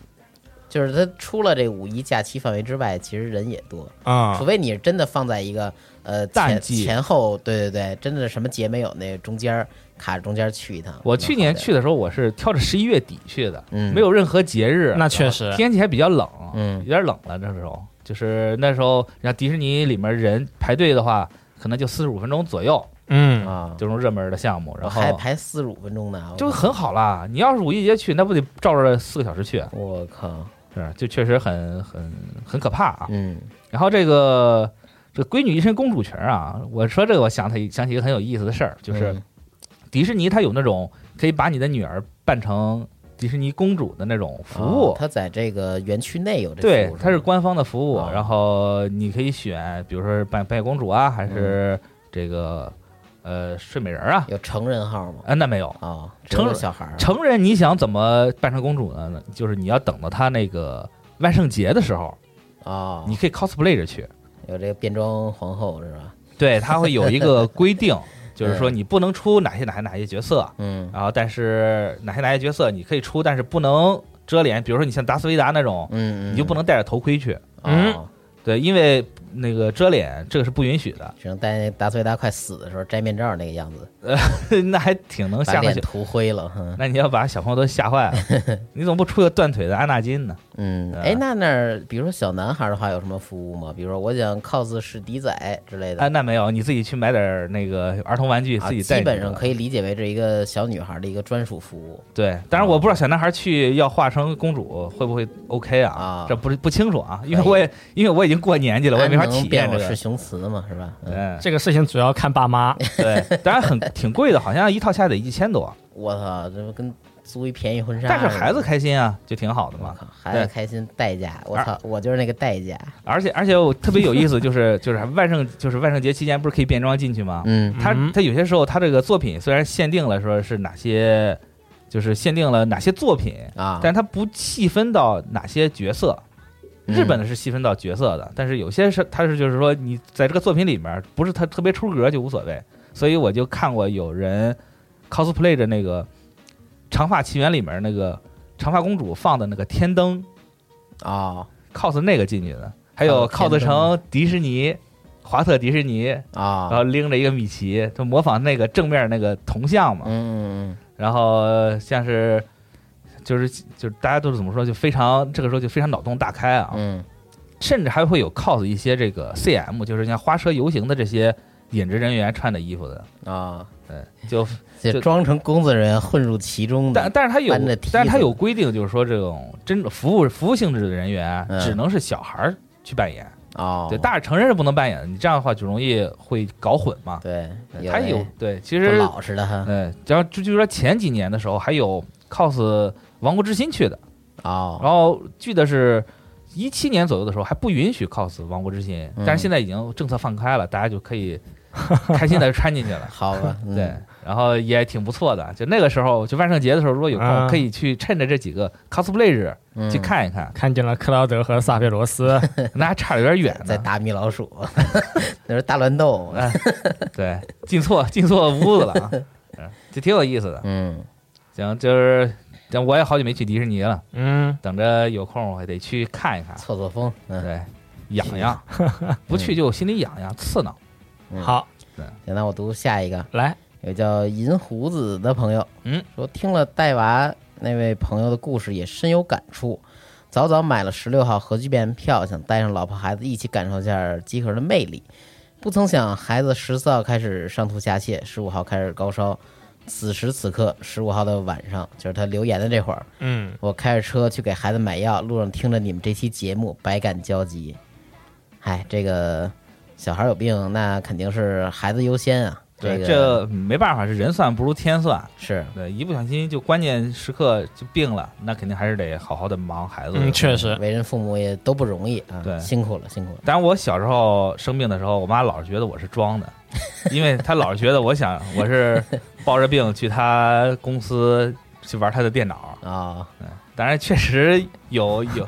就是它除了这五一假期范围之外，其实人也多，
啊
除，非你是真的放在一个呃
淡
前
季
前后，对对对，真的什么节没有，那中间儿卡中间儿去一趟。
我
那
去
好
年
点
去的时候，我是挑着十一月底去的，
嗯
没有任何节日，
那确实
天气还比较冷，
嗯
有点冷了。那时候就是那时候，像迪士尼里面人排队的话，可能就四十五分钟左右，
嗯，
啊，
这种热门的项目，然
我
后
还排四十五分钟呢，我
就很好啦。你要是五一节去，那不得照着四个小时去？啊
我靠，
是，就确实很很很可怕啊。
嗯
然后这个这闺女一身公主裙啊，我说这个，我想起想起一个很有意思的事儿，就是
嗯
迪士尼它有那种可以把你的女儿扮成迪士尼公主的那种服务，
哦它在这个园区内有这
对
服务，
它是官方的服务，
哦
然后你可以选，比如说扮扮演公主啊，还是这个、呃睡美人儿啊，
嗯有成人号吗？
啊那没有。
啊，只
成
有
人
小孩儿
成人你想怎么扮成公主呢？就是你要等到他那个万圣节的时候，
啊，
你可以 cosplay 着去。
有这个变装皇后是吧？
对，他会有一个
[LAUGHS]
规定，就是说你不能出哪些哪些哪些角色，
嗯
然后但是哪些哪些角色你可以出，但是不能遮脸。比如说你像达斯维达那种，
嗯，
你就不能戴着头盔去。
嗯，
嗯
哦
对，因为那个遮脸这个是不允许
[LAUGHS]
的，
只能戴那达斯维达快死的时候摘面罩那个样子，
那还挺能
把
吓到
脸
小。
涂灰了。哼
那你要把小朋友都吓
[LAUGHS]
坏了，你怎么不出个断腿的安纳金呢？
嗯，
啊
哎，那那儿比如说小男孩儿的话有什么服务吗？比如说我想 cos 史迪仔之类的
啊，，那没有，你自己去买点儿那个儿童玩具，
啊
自己带。
基本上可
以。
以理解为这一个小女孩儿的一个专属服务。
对，当然我不知道小男孩去要化成公主会不会 OK
啊
啊？这不是不清楚啊，因为
可以
我也因为我已经过年纪了，我也没法
安能
体验
辨
这
我是
个。
雄雌嘛，是吧？嗯，
嗯，
这个事情主要看爸 [LAUGHS] 妈，
对，当然很 [LAUGHS] 挺贵的，好像一套下得一千多，
我操，这不跟租一便宜婚纱似
但
的？
是孩子开心啊，就挺好的
我
嘛。
靠，孩子开心代价，我
啊
操，我就是那个代价。
而且而且我特别有意思，就是就是万圣就是万圣节期间不是可以变装进去吗？
嗯
他
嗯
他有些时候他这个作品虽然限定了说是哪些，就是限定了哪些作品，
啊，
但他不细分到哪些角色。
嗯
日本的是细分到角色的，但是有些是他是就是说你在这个作品里面不是他特别出格就无所谓。所以我就看过有人 cosplay 着那个《长发奇缘》里面那个长发公主放的那个天灯
啊
，cos 那个进去的，还有
还有
cos
天灯
成迪士尼。华特迪士尼，然
啊，
后拎着一个米奇，就模仿那个正面那个铜像嘛。
嗯嗯
然后呃像是，就是就是大家都是怎么说，就非常这个时候就非常脑洞大开啊，
嗯
甚至还会有 cos 一些这个 CM，就是像花车游行的这些演职人员穿的衣服的，
嗯啊，
嗯，就
这
就
装成工作人员混入其中
但
的，
但是他有
搬着梯子，
但是他有规定，就是说这种真服务服务性质的人员
嗯
只能是小孩儿去扮演，
哦，
对，大成人是不能扮演的，你这样的话就容易会搞混嘛。
对，
他
那
有对，其
哎不
实
老实的哈，
嗯，然后就就说前几年的时候还有 cos《王国之心》去的，
哦，
然后记得是一七年左右的时候还不允许 cos《王国之心》，但
嗯。
是现在已经政策放开了，大家就可以 [LAUGHS] 开心的就穿进去
[LAUGHS]
了
好吧，嗯
对，，然后也挺不错的。就那个时候，就万圣节的时候，如果有空，
啊
可以去趁着这几个 cosplay 日
嗯
去看一
[LAUGHS]
看，
看见了克劳德和萨菲罗斯，
那还差的有点远
在
呢。
打米老鼠， [LAUGHS] 那是大乱斗。
[LAUGHS] 对，进错进错屋子了
[LAUGHS]
啊，嗯就挺有意思的。
嗯，
行，就是，但我也好久没去迪士尼了，
[LAUGHS] 嗯，
等着有空我还得去
[LAUGHS]
看一看。
错错风。嗯，
对，痒痒，
[LAUGHS]
不去就心里痒痒，刺挠。
嗯
好，
行，那我读下一个，
来，
有个叫银胡子的朋友，
嗯，
说听了带娃那位朋友的故事也深有感触，早早买了十六号核聚变票，想带上老婆孩子一起感受一下集合的魅力，不曾想孩子十四号开始上吐下泻，十五号开始高烧。此时此刻，十五号的晚上，就是他留言的这会儿，
嗯，
我开着车去给孩子买药，路上听着你们这期节目，百感交集。哎，这个小孩有病，那肯定是孩子优先啊。
对，
个
这没办法，是人算不如天算。
是
对，一不小心就关键时刻就病了，那肯定还是得好好的忙孩子。
嗯，确实，
为人父母也都不容易啊，
对
辛苦了，辛苦了。
但是我小时候生病的时候，我妈老是觉得我是装的，因为她老是觉得我想我是抱着病去她公司去玩她的电脑。
啊、
当然，确实有有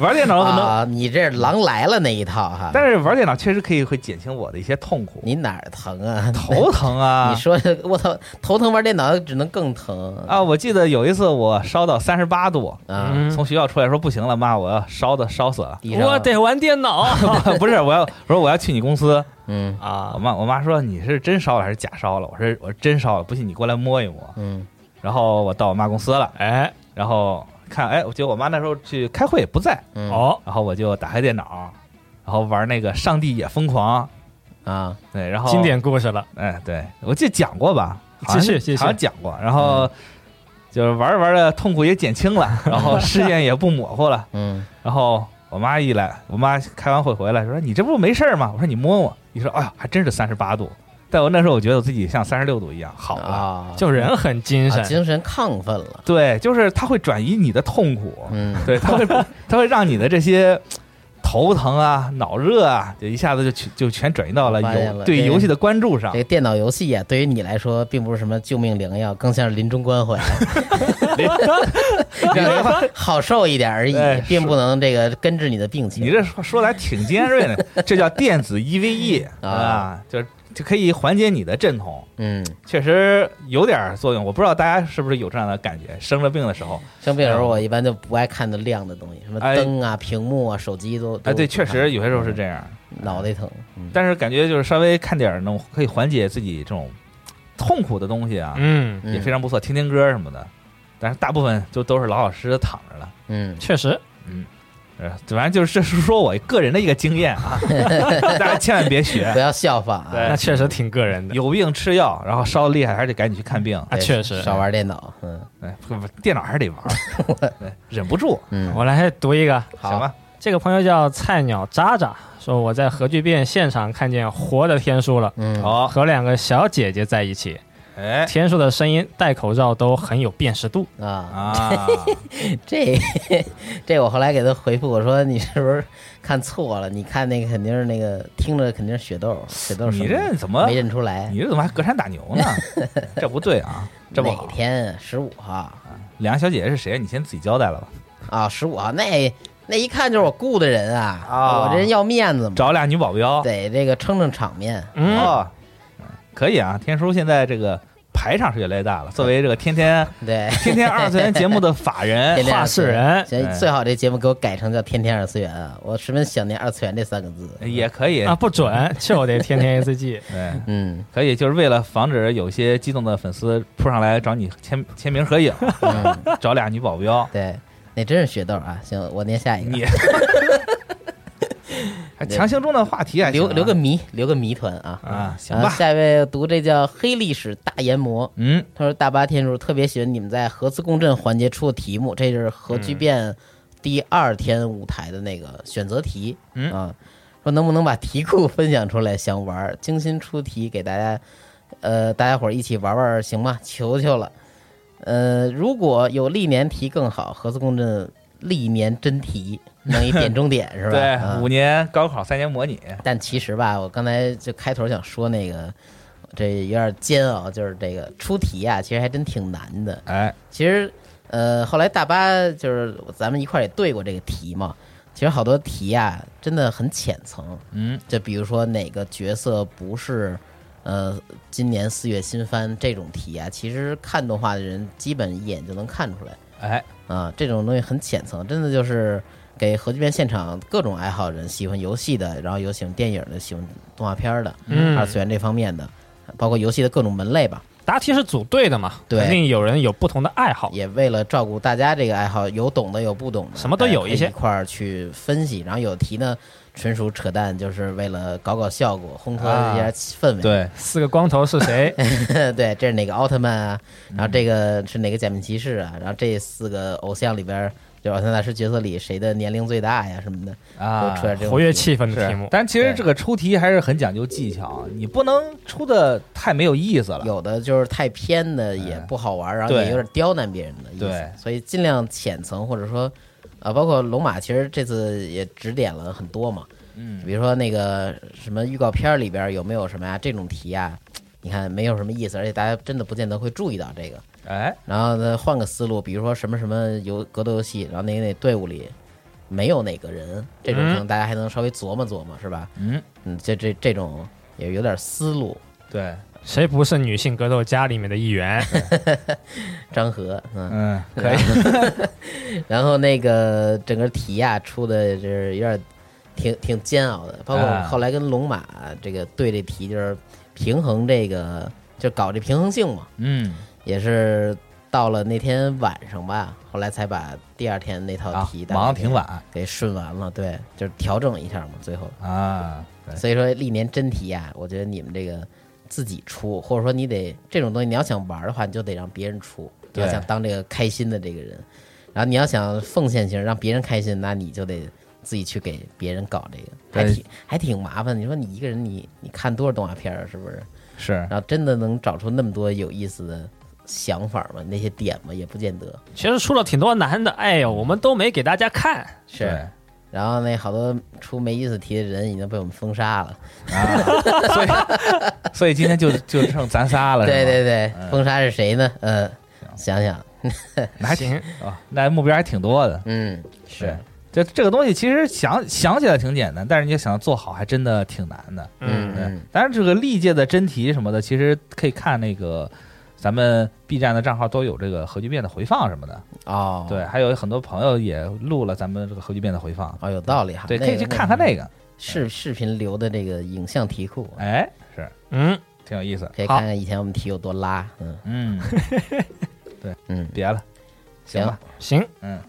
玩电脑可能，
啊！你这是狼来了那一套哈，
但是玩电脑确实可以会减轻我的一些痛苦，
你哪儿疼啊？
头疼啊
你说我操，头疼玩电脑只能更疼
啊！我记得有一次我烧到三十八度，
啊！。
嗯，
从学校出来说不行了，妈，我要烧的
[LAUGHS]
烧死了 [LAUGHS]
地上
我得玩电脑
不是，我要我说我要去你公司，
嗯
我
啊，
妈我妈说你是真烧了还是假烧了？我说我是真烧了，不信你过来摸一摸。
嗯
然后我到我妈公司了，
哎，
然后看哎，我觉得我妈那时候去开会不在，
嗯
哦，
然后我就打开电脑，然后玩那个《上帝也疯狂》，
啊
对，然后
经典故事了，
哎，对我记得讲过吧？好像
继续继续嗯
好像讲过。然后就是玩着玩着痛苦也减轻了，然后视线也不模糊了。
嗯
然后我妈一来，我妈开完会回来说：“你这不没事儿吗？”我说：“你摸摸。”你说：“哎呀，还真是三十八度。”但我那时候我觉得我自己像三十六度一样好了。
啊，
就人很精
啊
神，
精神亢奋了，
对，就是它会转移你的痛苦，
嗯
对，
[LAUGHS]
它会它会让你的这些头疼啊、脑热啊，就一下子就全就全转移到了
我发现
游
了
对
这
游戏的关注上
这。个电脑游戏啊，对于你来说并不是什么救命良药，更像是临终关
[LAUGHS]
怀，让人好受一点而已
哎，
并不能这个根治你的病情。
你这说说来挺尖锐
[LAUGHS]
的，这叫电子 EVE
啊
啊，就就可以缓解你的阵痛，
嗯，
确实有点作用。我不知道大家是不是有这样的感觉，生了病的时候，
生病的时候，我一般就不爱看的亮的东西，什么
嗯哎
灯啊、屏幕啊、手机都。都
哎，对，
不
确
看嗯
实有些时候是这样，
脑袋疼。嗯
但是感觉就是稍微看点儿那种可以缓解自己这种痛苦的东西啊，
嗯，
也非常不错，听听歌什么的。但是大部分就都是老老实实躺着了。
嗯
确实，
呃，反正就是这是说我个人的一个经
[LAUGHS]
验啊，大家千万
嗯，
别
不
学。
要效仿啊，
对
那确实挺个人的，
有病吃药，然后烧得厉害还是得赶紧去看病。
啊，确实。
少玩电脑。嗯
哎，不不，电脑还是得玩儿，
[LAUGHS]
对忍不住，
嗯，
我来读一个，
行吧？
这个朋友叫菜鸟渣渣，说我在核聚变现场看见活的天书了，
嗯
好，
和两个小姐姐在一起，
哎
天书的声音戴口罩都很有辨识度。
啊， [LAUGHS]
啊，
这这我后来给他回复我说你是不是看错了？你看那个肯定是那个听着肯定是雪豆，雪豆
你
声音
这怎么
没认出来？
你这怎么还隔山打牛
[LAUGHS]
呢？这不对啊，这不
哪
好。
天十五号
两个小姐姐是谁？你先自己交代了吧。
啊？十五号那那一看就是我雇的人啊，
啊
我这人要面子嘛，
找俩女保镖，
得这个撑撑场面。
嗯，
哦，可以啊。天叔现在这个排场是越来越大了，作为这个天天
对，
天天二次元节目的法人
哎 [LAUGHS] 天，天
话
二
事
次元
人
行，最好这节目给我改成叫“天天二次元”啊！我十分想念“二次元”这三个字。
也可以
啊，，不准，就得天天 A C G。
对，
嗯，
可以，就是为了防止有些激动的粉丝扑上来找你签签名合
[LAUGHS]
影，
嗯
找俩女保镖，
对，那真是血豆啊！行，我念下一
你
个，
还强行中的话题还行
留
啊
留个谜，留个谜团啊！
啊，行
然后
吧，
下一位读这叫黑历史大研磨，
嗯，
他说大巴天主特别喜欢你们在核磁共振环节出的题目，这是核
嗯
聚变第二天舞台的那个选择题，
嗯
啊，说能不能把题库分享出来，想玩儿，精心出题给大家，呃，大家伙儿一起玩玩儿行吗？求求了，呃，如果有历年题更好，核磁共振历年真题，弄一点中
[LAUGHS]
点是吧？
对，
啊
五年高考，三年模拟，
但其实吧，我刚才就开头想说那个，这有点煎熬，就是这个出题啊，其实还真挺难的。
哎，
其实，呃，后来大巴就是咱们一块儿也对过这个题嘛。其实好多题啊，真的很浅层。
嗯，
就比如说哪个角色不是，呃，今年四月新番这种题啊，其实看动画的人基本一眼就能看出来。
哎，
啊，这种东西很浅层，真的就是给核聚变现场各种爱好人，喜欢游戏的，然后有喜欢电影的，喜欢动画片儿的，
嗯
二次元这方面的，包括游戏的各种门类吧，
答题是组队的嘛，
对
肯定有人有不同的爱好。
也为了照顾大家这个爱好，有懂的有不懂的，
什么都有一些
大家可以一块儿去分析，然后有题呢纯属扯淡，就是为了搞搞效果，烘托一
啊
下气氛围。
对，
四个光头是谁？
[LAUGHS] 对，这是哪个奥特曼啊？然后
嗯
这个是哪个假面骑士啊？然后这四个偶像里边儿，就偶像大师角色里谁的年龄最大呀？什么的，
啊
都，出来这种
活跃
题
气氛的题
是
目，。
但其实
对
这个出题还是很讲究技巧，啊你不能出的太没有意思了。嗯
有的就是太偏的也不好玩，然后
对
也有点刁难别人的意
对
思，所以尽量浅层或者说，啊，包括龙马其实这次也指点了很多嘛，
嗯，
比如说那个什么预告片里边有没有什么呀这种题啊，你看没有什么意思，而且大家真的不见得会注意到这个。
哎，
然后呢，换个思路，比如说什么什么游格斗游戏，然后那那队伍里没有哪个人，这种可能大家还能稍微琢磨琢磨，是吧？
嗯，
嗯，这这这种也有点思路，
对，
谁不是女性格斗家里面的一员？ [LAUGHS]
张和，嗯。
嗯，可以，
然后那个整个题呀、出的就是有点挺挺煎熬的，包括我
啊
后来跟龙马这个对这题就是平衡这个，就搞这平衡性嘛，
嗯，
也是到了那天晚上吧，后来才把第二天那套
啊
题，大概
忙得挺晚
给顺完了，对，就是调整一下嘛，最后。
啊，对
所以说历年真题啊，我觉得你们这个自己出，或者说你得这种东西，你要想玩儿的话，你就得让别人出，你
对
要想当这个开心的这个人，然后你要想奉献型，让别人开心，那你就得自己去给别人搞这个，还
对
挺还挺麻烦。你说你一个人你，你看多少动画片儿啊，是不是？
是
然后真的能找出那么多有意思的想法吗？那些点吗？也不见得
其实出了挺多难的，哎呦，我们都没给大家看。
是。然后那好多出没意思题的人已经被我们封杀了，
对啊，所以所以今天就
[LAUGHS]
就剩咱仨了，是吧
对对对，
哎
封杀是谁呢？嗯、想想，
那还挺
行，
啊，那目标还挺多的。
嗯，
对，这这个东西其实想想起来挺简单，但是你要想做好，还真的挺难的。
嗯，
嗯，当然这个历届的真题什么的，其实可以看那个咱们 B 站的账号都有这个核聚变的回放什么的。
哦，
对，，还有很多朋友也录了咱们这个核聚变的回放。
哦，有道理哈，
对，
那
可以去看看那个。嗯
视视频流的这个影像题库，
哎，是
嗯，
挺有意思。
哦可以
好
看看以前我们题有多拉，嗯 [LAUGHS]
嗯，
嗯，
别了，行吧。
行，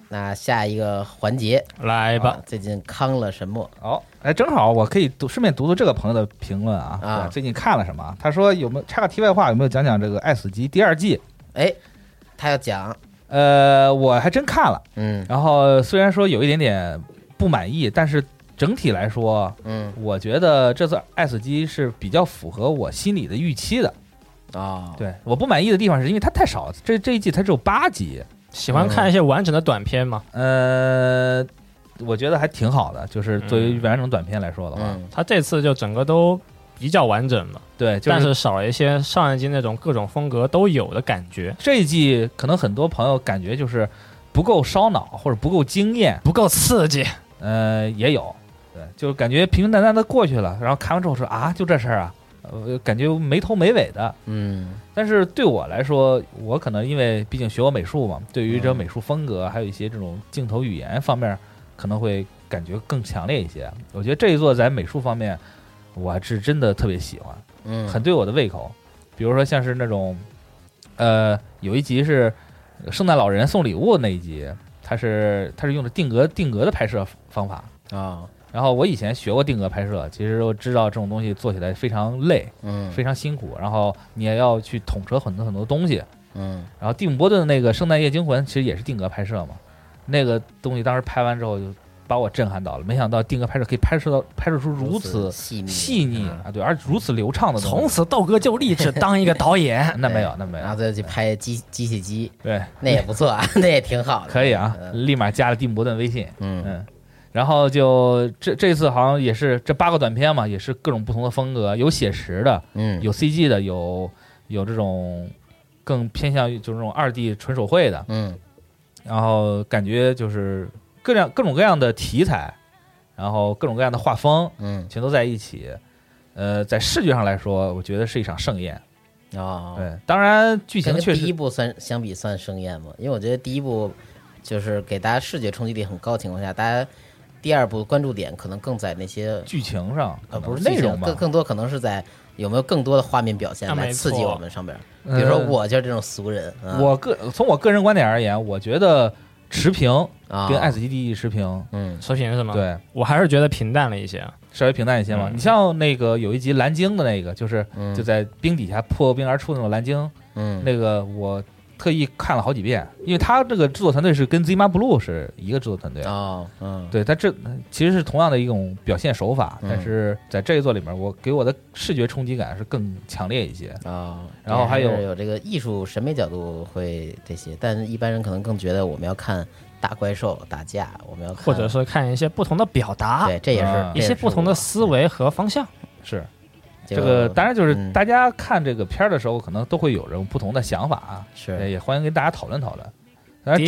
那下一个环节，
来吧
啊，最近康了什么？
哦，哎，正好我可以读，顺便读读这个朋友的评论啊。
啊
对最近看了什么啊？他说有没有插个题外话，有没有讲讲这个《爱死机》第二季？
哎，他要讲，
呃，我还真看了。
嗯
然后虽然说有一点点不满意，但是整体来说，
嗯，
我觉得这次爱死机是比较符合我心里的预期的。
哦，
对，我不满意的地方是因为它太少，这这一季它只有八集，
喜欢看一些完整的短片
嗯
嘛？
呃，我觉得还挺好的，就是作为完整短片来说的话，
嗯，
他这次就整个都比较完整了，
对，就
但
是
是少了一些上一季那种各种风格都有的感觉，
这一季可能很多朋友感觉就是不够烧脑或者不够惊艳，
不够刺激。
呃，也有，对，就是感觉平平淡淡的过去了，然后看完之后说啊，就这事儿啊，呃，感觉没头没尾的。
嗯，
但是对我来说，我可能因为毕竟学过美术嘛，对于这种美术风格，还有一些这种镜头语言方面，可能会感觉更强烈一些。我觉得这一座在美术方面，我还是真的特别喜欢，
嗯，
很对我的胃口。比如说像是那种，呃，有一集是呃圣诞老人送礼物那一集，它是它是用的定格定格的拍摄方法。
哦，
然后我以前学过定格拍摄，其实我知道这种东西做起来非常累，
嗯，
非常辛苦，然后你也要去统筹很多很多东西。
嗯，
然后蒂姆·波顿的那个《圣诞夜惊魂》其实也是定格拍摄嘛，那个东西当时拍完之后就把我震撼到了。没想到定格拍摄可以拍摄到拍摄出如此
细腻
细腻
嗯
啊，对，而如此流畅的东
从
西。。
此豆哥就立志当一个导演
[LAUGHS] 那没有，那没
然后
[LAUGHS]
再
有，
去拍机机器机，
对，
那也不错
[LAUGHS]
啊，那也挺好的。
可以啊，
嗯
立马加了蒂姆·伯顿微信，
嗯，
嗯，然后就这这次好像也是这八个短片嘛，也是各种不同的风格，有写实的，
嗯，
有 CG 的，有有这种更偏向于就是那种二 D 纯手绘的，
嗯
然后感觉就是各样各种各样的题材，然后各种各样的画风
嗯
全都在一起。呃，在视觉上来说，我觉得是一场盛宴。
哦，
对，当然剧
可
情
能
确
第一
实
部算相比算盛宴嘛，因为我觉得第一部就是给大家视觉冲击力很高的情况下，大家第二部关注点可能更在那些
剧情上可
呃
能
不是
内
剧情
容吧
更，更多可能是在有没有更多的画面表现
啊
来
没
刺激
错
我们上边儿。比如说
呃
我就是这种俗人，嗯
我个从我个人观点而言，我觉得持平
啊
跟《爱死基地》持平，
嗯
持平是吗？，
对，
我还是觉得平淡了一些。
稍微平淡一些嘛。
嗯
你像那个有一集蓝鲸的那个，就是
嗯
就在冰底下破冰而出的那种蓝鲸，
嗯
那个我特意看了好几遍，因为他这个制作团队是跟 Zima Blue 是一个制作团队。
哦嗯
对他这其实是同样的一种表现手法，
嗯
但是在这一座里面，我给我的视觉冲击感是更强烈一些。
啊，
然后还有
有有这个艺术审美角度会这些，但是一般人可能更觉得我们要看大怪兽打架，我们要看
或者是看一些不同的表达，
对，这也是、
啊
一些不同的思维和方向。
是
这
这个，当然就是
嗯
大家看这个片儿的时候，可能都会有这种不同的想法啊，
是
也也欢迎跟大家讨论讨论。
第一季
当然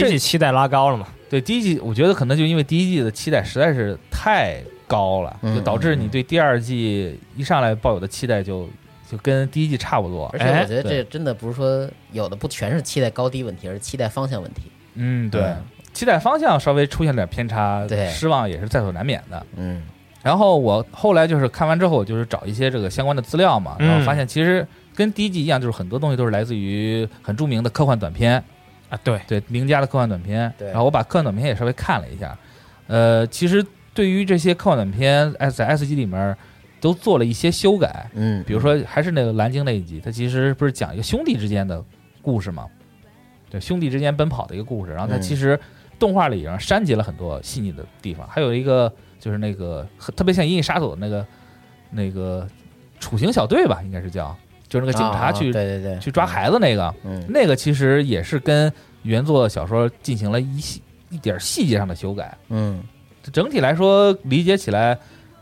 哎这
期待拉高了嘛？
对第一季，我觉得可能就因为第一季的期待实在是太高了，
嗯
就导致你对第二季一上来抱有的期待就就跟第一季差不多
而。且我
哎
觉得这
对
真的不是说有的不全是期待高低问题，而是期待方向问题。
嗯，对，期待方向稍微出现点偏差，
对
失望也是在所难免的。
嗯
然后我后来就是看完之后，我就是找一些这个相关的资料嘛，
嗯
然后发现其实跟第一季一样，就是很多东西都是来自于很著名的科幻短片，
啊，对，
对名家的科幻短片。
对
然后我把科幻短片也稍微看了一下，呃，其实对于这些科幻短片，哎，在 S 级里面都做了一些修改，
嗯，
比如说还是那个蓝鲸那一集，它其实不是讲一个兄弟之间的故事嘛，对，兄弟之间奔跑的一个故事。然后它
嗯
其实动画里边删节了很多细腻的地方，还有一个就是那个很特别像《银翼杀手》的那个那个处刑小队吧，应该是叫，就是那个警察
啊
去、
对对对
去抓，孩子那个，
嗯
那个其实也是跟原作小说进行了一细一点细节上的修改。
嗯
整体来说，理解起来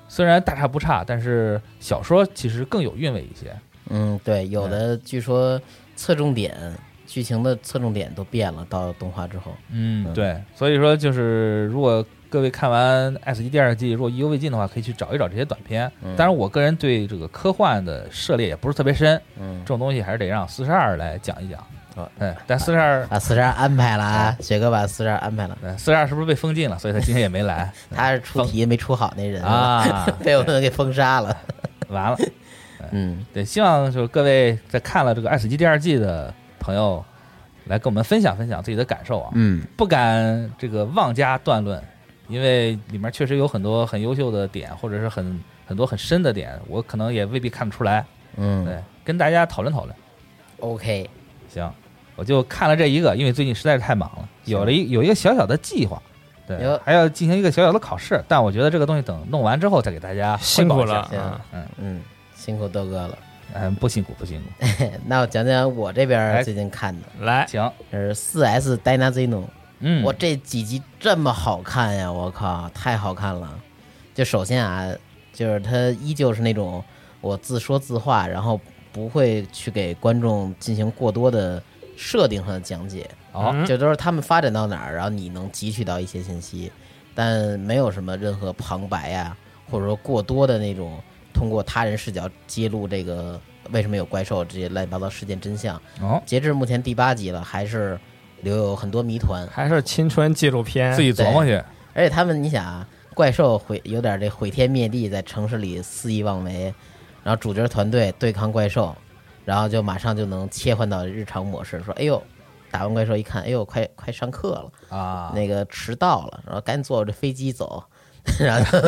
虽然大差不差，但是小说其实更有韵味一些。
嗯，对，有的据说侧重点剧情的侧重点都变了，到动画之后，
嗯
嗯
对，所以说就是如果各位看完《爱死机》第二季，如果意犹未尽的话，可以去找一找这些短片。
嗯
当然，我个人对这个科幻的涉猎也不是特别深，
嗯
这种东西还是得让四十二来讲一讲
好。
嗯，但四十二，
[LAUGHS]
嗯
把四十二安排了啊，雪哥把四十二安排了，
四十二是不是被封禁了？所以他今天也没 [LAUGHS] 来
他是出题没出好那人，
啊，
[LAUGHS] 被我们给封杀了。
完了。
嗯，
对，希望就是各位在看了这个《爱死机》第二季的朋友，来跟我们分享分享自己的感受啊。
嗯，
不敢这个妄加断论，因为里面确实有很多很优秀的点，或者是很很多很深的点，我可能也未必看得出来。
嗯
对，跟大家讨论讨论。
，OK，
行，我就看了这一个，因为最近实在是太忙了，有了一有一个小小的计划。对
有，
还要进行一个小小的考试，但我觉得这个东西等弄完之后再给大家汇
辛
报
苦
一下
了。
行
嗯
嗯
嗯，辛苦豆哥了。
嗯，不辛苦不辛苦。
那我讲讲我这边
哎
儿最近看的
来，
行，
是四 S d y n a z e n o
嗯，
我这几集这么好看呀！我靠，太好看了！就首先啊，就是它依旧是那种我自说自话，然后不会去给观众进行过多的设定和讲解，
好、
嗯
就都是他们发展到哪儿，然后你能汲取到一些信息，但没有什么任何旁白呀、或者说过多的那种通过他人视角揭露这个为什么有怪兽这些乱七八糟事件真相。
哦，
截至目前第八集了，还是留有很多谜团。
还是青春纪录片，
哎
自己琢磨去。
而且他们，你想啊，怪兽毁有点这毁天灭地，在城市里肆意妄为，然后主角团队对抗怪兽，然后就马上就能切换到日常模式，说：“哎呦，打完怪兽一看，哎呦，快快上课了，
啊，
那个迟到了，然后赶紧坐我这飞机走。” [LAUGHS] 然
[LAUGHS]
后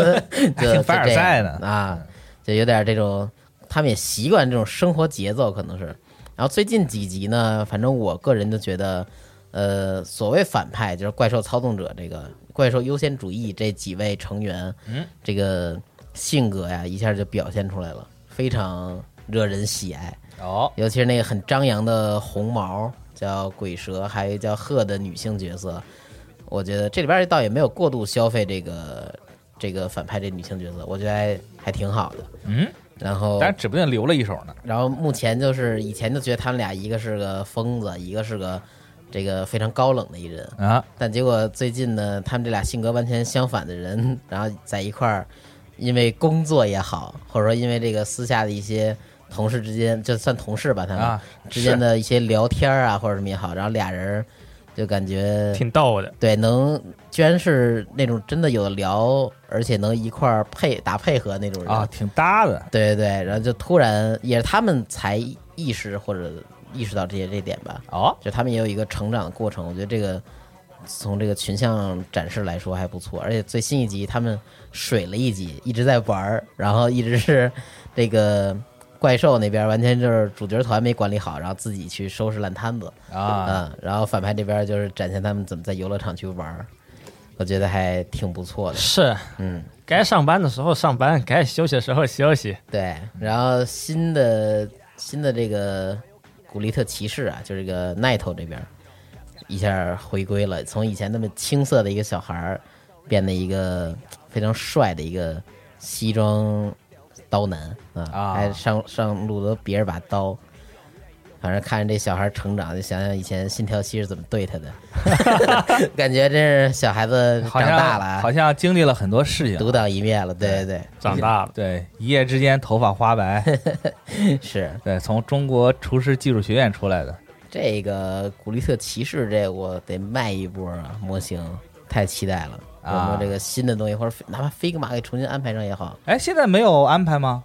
就就
凡尔
这样
赛呢
啊，就有点这种，他们也习惯这种生活节奏，可能是。然后最近几集呢，反正我个人就觉得，呃，所谓反派就是怪兽操纵者这个怪兽优先主义这几位成员，
嗯，
这个性格呀一下就表现出来了，非常惹人喜爱。
哦，
尤其是那个很张扬的红毛叫鬼蛇，还有一个叫鹤的女性角色，我觉得这里边儿倒也没有过度消费这个这个反派这女性角色，我觉得还还挺好的。
嗯，
然后，
但是指不定留了一手呢。
然后目前就是以前就觉得他们俩一个是个疯子，一个是个这个非常高冷的一人，
啊，
但结果最近呢，他们这俩性格完全相反的人，然后在一块儿，因为工作也好，或者说因为这个私下的一些同事之间，就算同事吧，他们、
啊
嗯之间的一些聊天啊，或者什么也好，然后俩人就感觉
挺逗的。
对，能居然是那种真的有聊，而且能一块儿配打配合那种人
啊，挺搭的。
对对对，然后就突然也是他们才意识或者意识到这些这一点吧，
哦，
就他们也有一个成长的过程。我觉得这个从这个群像展示来说还不错，而且最新一集他们水了一集，一直在玩儿，然后一直是这个怪兽那边完全就是主角团没管理好，然后自己去收拾烂摊子
啊，
嗯，然后反派这边就是展现他们怎么在游乐场去玩儿，我觉得还挺不错的。
是，
嗯，
该上班的时候上班，该休息的时候休息。
对，然后新的新的这个古力特骑士啊，就是这个奈头这边儿一下回归了，从以前那么青涩的一个小孩儿，变得一个非常帅的一个西装刀男啊，
啊
还上上路都别着把刀。反正看着这小孩儿成长，就想想以前信条七是怎么对他
[LAUGHS]
的，感觉真是小孩子
好
长
像
大了啊，
好像经历了很多事情。
独当一面了。对对
长大了，
对，一夜之间头发花白。
[LAUGHS] 对，是。
对，从中国厨师技术学院出来的。
这个古力特骑士这我得卖一波啊，模型太期待了。我
啊
们这个新的东西，或者哪怕飞格玛给重新安排上也好，
哎，现在没有安排吗？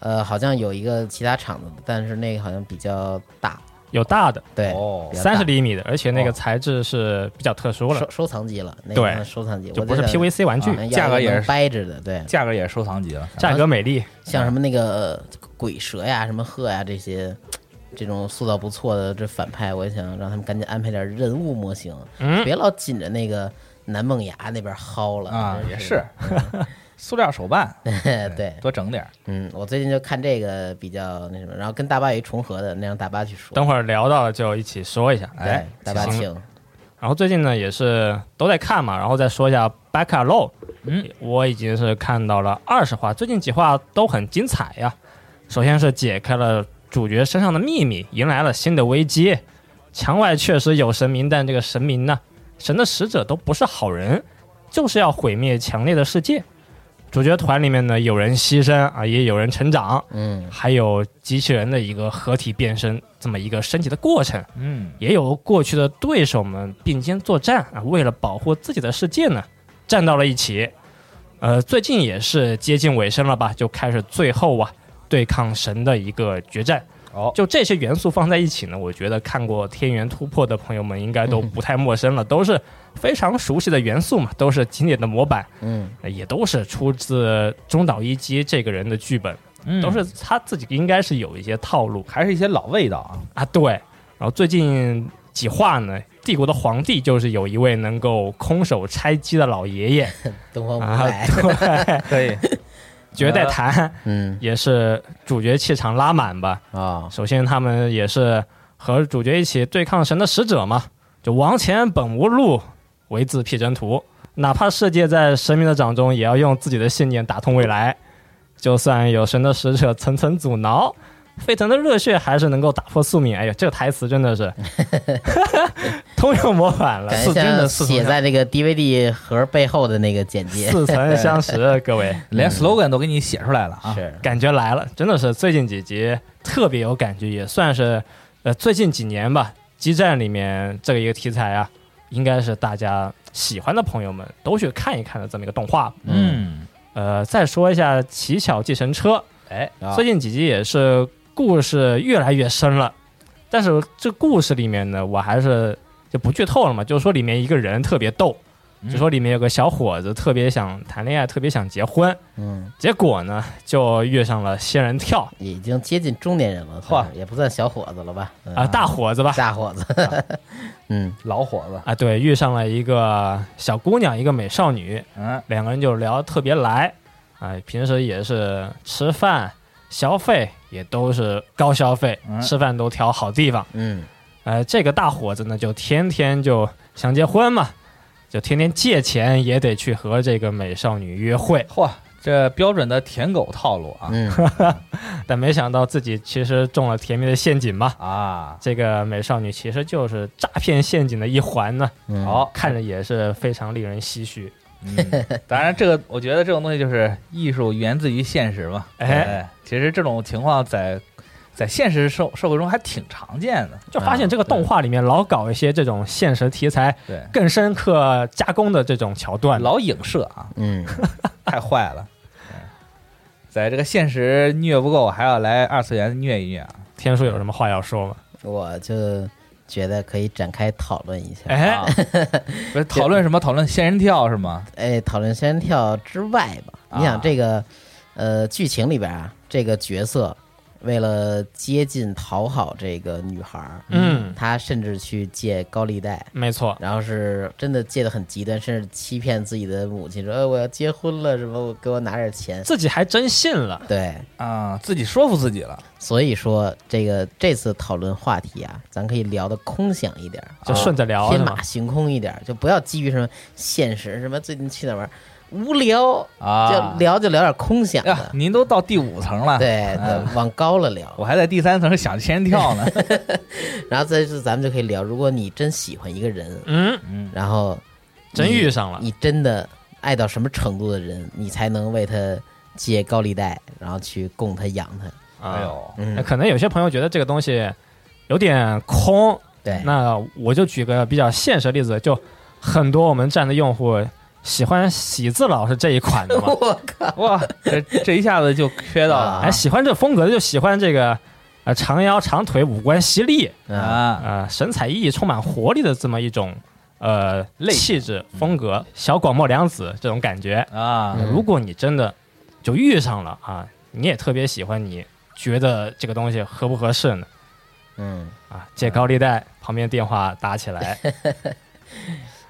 呃，好像有一个其他厂子的，但是那个好像比较大，
有大的
对，
哦
比较大
三十厘米的，而且那
哦
个材质是比较特殊了
收，收藏级了，那
对
个收藏级，
就
我
不是
在想
PVC 玩具
好，像要
价格也
一个能
是
掰着的，对，
价格也是收藏级了。
价格美丽。
像什么那个呃鬼蛇呀、什么鹤呀这些，这种塑造不错的这反派，我也想让他们赶紧安排点人物模型，
嗯
别老紧着那个南梦牙那边薅了
啊，
真 [LAUGHS]
也是，塑料手办，
对，
多整点儿。
嗯，我最近就看这个比较那什么，然后跟大巴有一重合的，那让大巴去说。
等会儿聊到了就一起说一下。
对
哎
大巴
行
请，
然后最近呢也是都在看嘛，然后再说一下《巴卡洛》，
嗯，
我已经是看到了二十话，最近几话都很精彩呀。首先是解开了主角身上的秘密，迎来了新的危机。墙外确实有神明，但这个神明呢，神的使者都不是好人，就是要毁灭强烈的世界。主角团里面呢，有人牺牲啊，也有人成长，
嗯，
还有机器人的一个合体变身这么一个升级的过程。
嗯，
也有过去的对手们并肩作战啊，为了保护自己的世界呢，站到了一起。呃，最近也是接近尾声了吧，就开始最后啊对抗神的一个决战。
哦
就这些元素放在一起呢，我觉得看过《天元突破》的朋友们应该都不太陌生了，都是非常熟悉的元素嘛，都是经典的模板，
嗯，
呃也都是出自中岛一基这个人的剧本，
嗯
都是他自己应该是有一些套路。
还是一些老味
[LAUGHS]
道啊。
啊，对。然后最近几话呢，帝国的皇帝就是有一位能够空手拆机的老爷爷
东方不
啊
败，，
对，
可以，
绝代弹
嗯
也是主角气场拉满吧。
哦，
首先他们也是和主角一起对抗神的使者嘛，就王前本无路，唯自辟征途。哪怕世界在神明的掌中，也要用自己的信念打通未来。就算有神的使者层层阻挠，沸腾的热血还是能够打破宿命。哎呀，这个台词真的
[LAUGHS]
是通用模板了，
感
四
觉
真的
像
四重
写
唱
在那个 DVD 盒背后的那个简介，
似曾相识，各位。
连 slogan 都给你写出来了
嗯
啊。
是，
感觉来了，真的是最近几集特别有感觉，也算是呃最近几年吧，激战里面这个一个题材啊，应该是大家喜欢的朋友们都去看一看的这么一个动画。
嗯，
呃，再说一下《乞巧计程车》，
哎，
最近几集也是故事越来越深了，但是这故事里面呢，我还是就不剧透了嘛，就是说里面一个人特别逗，
嗯
就说里面有个小伙子特别想谈恋爱，特别想结婚，
嗯，
结果呢就遇上了仙人跳
已经接近中年人了，
嚯
算是也不算小伙子了吧？嗯
啊，大伙 [LAUGHS] 子吧，
大伙子， [LAUGHS] 嗯，
老伙子，
啊，对，遇上了一个小姑娘，一个美少女，
嗯，
两个人就聊得特别来，哎，平时也是吃饭消费也都是高消费，
嗯
吃饭都挑好地方。
嗯，
呃，这个大伙子呢，就天天就想结婚嘛，就天天借钱也得去和这个美少女约会，
嚯，这标准的舔狗套路啊
嗯，
但没想到自己其实中了甜蜜的陷阱嘛。
啊！
这个美少女其实就是诈骗陷阱的一环呢，
嗯，
好，
看着也是非常令人唏嘘。
嗯，当然这个我觉得这种东西就是艺术源自于现实嘛。
哎
哎，其实这种情况在在现实社社会中还挺常见的。
就发现这个动画里面老搞一些这种现实题材
对，
更深刻加工的这种桥段。
老影射
[LAUGHS]
啊，
嗯，
太坏了。哎在这个现实虐不够，还要来二次元虐一虐啊！
天叔有什么话要 [LAUGHS] 说吗？
我就觉得可以展开讨论一下。
哎 [LAUGHS]
啊，不是讨论什么？讨论仙人跳是吗？
哎，讨论仙人跳之外吧，
啊
你想这个，呃，剧情里边啊，这个角色为了接近讨好这个女孩儿，
嗯
他甚至去借高利贷，
没错，
然后是真的借的很极端，甚至欺骗自己的母亲说：“哎，我要结婚了，什么我给我拿点钱。
自己还真信了”。
对，
啊，自己说服自己了，
所以说这个这次讨论话题啊，咱可以聊的空想一点儿，啊
就顺着聊
天
是
马
吗？
行空一点儿，就不要基于什么现实，什么最近去哪儿玩儿无聊，
啊
就聊就聊点空想
呀
的，，
啊
您都到第五层了，
对
嗯
对，往高了聊。
我还在第三层想仙人跳呢。
然后再就是咱们就可以聊，如果你真喜欢一个人，
嗯，
嗯，
然后
真
你
遇上了。
你真的爱到什么程度的人，你才能为他借高利贷，然后去供他养他。
哎
啊，
呦，
那
嗯，
可能有些朋友觉得这个东西有点空，
对， [LAUGHS]
那我就举个比较现实的例子，就很多我们站的用户喜欢喜字佬是这一款 [LAUGHS] 的嘛，
我靠，
啊哇，这这一下子就缺到了啊
哎，喜欢这风格的就喜欢这个。呃，长腰长腿，五官犀利，
啊，
啊！
呃，神采奕奕，充满活力的这么一种呃
类型嗯
气质风格，小广末凉子这种感觉。
啊
嗯
如果你真的就遇上了啊，你也特别喜欢你，觉得这个东西合不合适呢？
嗯，
啊，借高利贷，旁边电话打起
[LAUGHS]
来，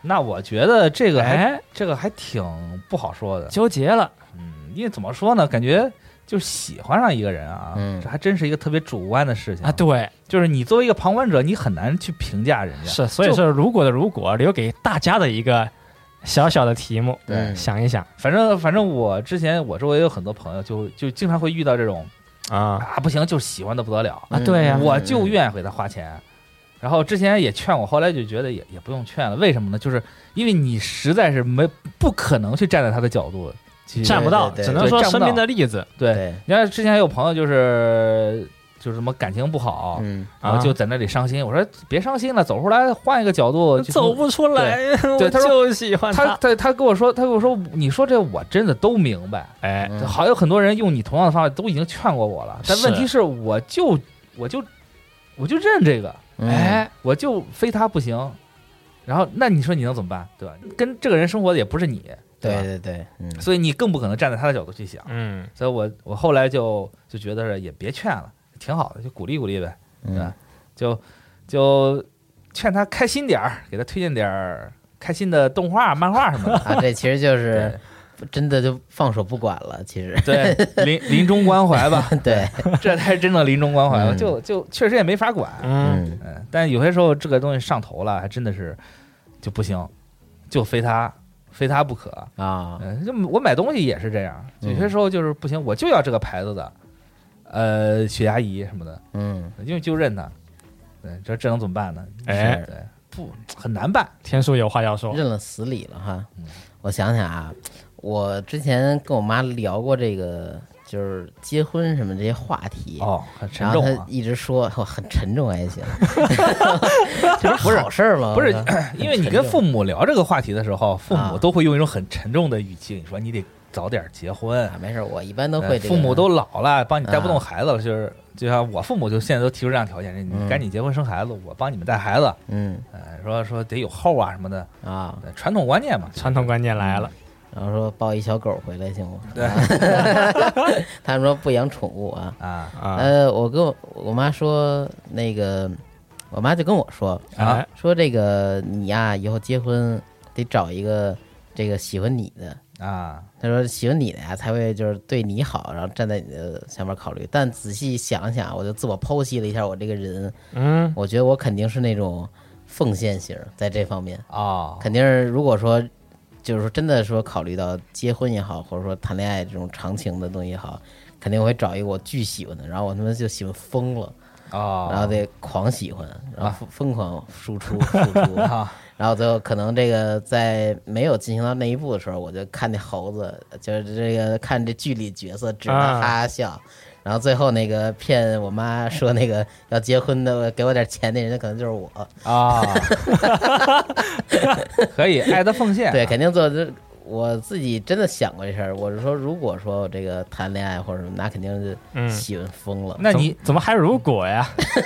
那我觉得这个还
哎，
这个还挺不好说的，
纠结了，
嗯，因为怎么说呢，感觉就喜欢上一个人啊，
嗯
这还真是一个特别主观的事情
啊，，对，
就是你作为一个旁观者，你很难去评价人家。
是，所以
就，
说如果的如果，留给大家的一个小小的题目，
对
想一想
反正反正我之前我周围有很多朋友就就经常会遇到这种
啊
啊，不行，就喜欢的不得了，
啊，对呀、
嗯
我就愿意给他花钱。然后之前也劝我，后来就觉得也也不用劝了。为什么呢？就是因为你实在是没不可能去站在他的角度去
站不到，
对对对
只能说
对站不
身
到
边的例子
对。
对，
你看之前有朋友就是就是什么感情不好，
嗯，
然
啊
后就在那里伤心。我说别伤心了，走出来换一个角度。就
走不出来，我
对他说
就喜欢
他他他跟我说，他跟我说，你说这我真的都明白。
哎，
嗯
好有很多人用你同样的方法都已经劝过我了，但
是
问题是我就我就我就认这个。
嗯，
哎，我就非他不行。然后，那你说你能怎么办，对吧？跟这个人生活的也不是你，
对
吧
对对，嗯，
所以你更不可能站在他的角度去想。
嗯。
所以我我后来就就觉得是也别劝了，挺好的，就鼓励鼓励呗，
嗯
对吧？就就劝他开心点儿，给他推荐点儿开心的动画、漫画什么
[LAUGHS]
的。
啊，这其实就是真的就放手不管了，其实，
对，临临终关怀
[LAUGHS]
吧，
对，
这才是真正临终关怀了。
嗯
就就确实也没法管，
嗯，
嗯
嗯，但有些时候这个东西上头了，还真的是就不行，就非他非他不可。
啊，
嗯，就我买东西也是这样，有些时候就是不行，我就要这个牌子的，呃，血压仪什么的，
嗯，
因为就认它。对，这这能怎么办呢？
哎
是，对，不很难办。
天叔有话要说，
认了死理了哈
嗯。
我想想啊，我之前跟我妈聊过这个，就是结婚什么这些话题。
哦，很沉
然后
重
她
啊。
一直说哦很沉重还
[LAUGHS]
行，这不是好事儿吗？
不是
我
[COUGHS]
说，
因为你跟父母聊这个话题的时候，父母
呃啊
都会用一种很沉重的语气跟你说：“你得早点结婚
啊，，没事，我一般都会
呃
这个。
父母都老了，帮你带
啊
不动孩子了，就是就像我父母就现在都提出这样条件，
嗯
你赶紧结婚生孩子，我帮你们带孩子，
嗯
呃，说说得有后啊什么的，
啊，
呃传统观念嘛，
传统观念来了，
然后说抱一小狗回来行吗？
对
[LAUGHS] 他们说不养宠物啊。
啊
啊，
呃，我跟我我妈说，那个我妈就跟我说，
啊
哎，
说这个你呀、以后结婚得找一个这个喜欢你的。
啊，
她说喜欢你的呀、才会就是对你好，然后站在你的想法考虑。但仔细想想，我就自我剖析了一下我这个人，
嗯，
我觉得我肯定是那种奉献型，在这方面
哦，
肯定是如果说。就是说，真的说考虑到结婚也好，或者说谈恋爱这种长情的东西也好，肯定我会找一个我巨喜欢的，然后我他妈就喜欢疯了，
哦，
然后得狂喜欢，然后疯疯狂输
[LAUGHS]
出输出，
啊
然后最后可能这个在没有进行到那一步的时候，我就看那猴子，就是这个看这剧里角色指着他哈哈
啊
笑，然后最后那个骗我妈说那个要结婚的给我点钱那人，可能就是我，
啊， [LAUGHS] 可以爱的奉献，
对，肯定做这。我自己真的想过这事儿，我是说，如果说我这个谈恋爱或者什么，那肯定是
嗯
喜欢疯了。
那
怎么
你
怎么还如果呀？
[LAUGHS]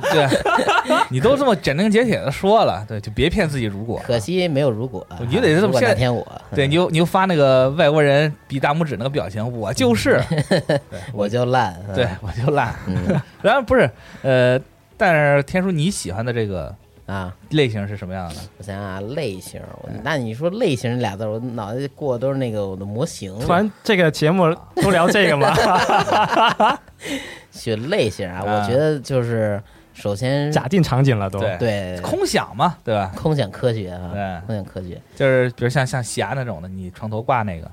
对，你都这么斩钉截铁的说了，对，就别骗自己，如果
可惜没有如果，
你得这
如
么
果
现
那
在
天我，
对，你又你又发那个外国人比大拇指那个表情，我就是，
嗯我就烂。嗯
对我就烂。
嗯
然后不是，呃，但是天叔你喜欢的这个
啊，
类型是什么样的？
我想想啊，类型，我那你说类型这俩字儿，我脑袋过的都是那个我的模型。
[LAUGHS] 突然这个节目都聊这 [LAUGHS] 个吗？
选类型啊，
啊
我觉得就是首先
假定场景了都。
对
对
空想嘛，对吧？
空想科学啊，
对
空想科学
就是比如像像霞那种的，你床头挂那个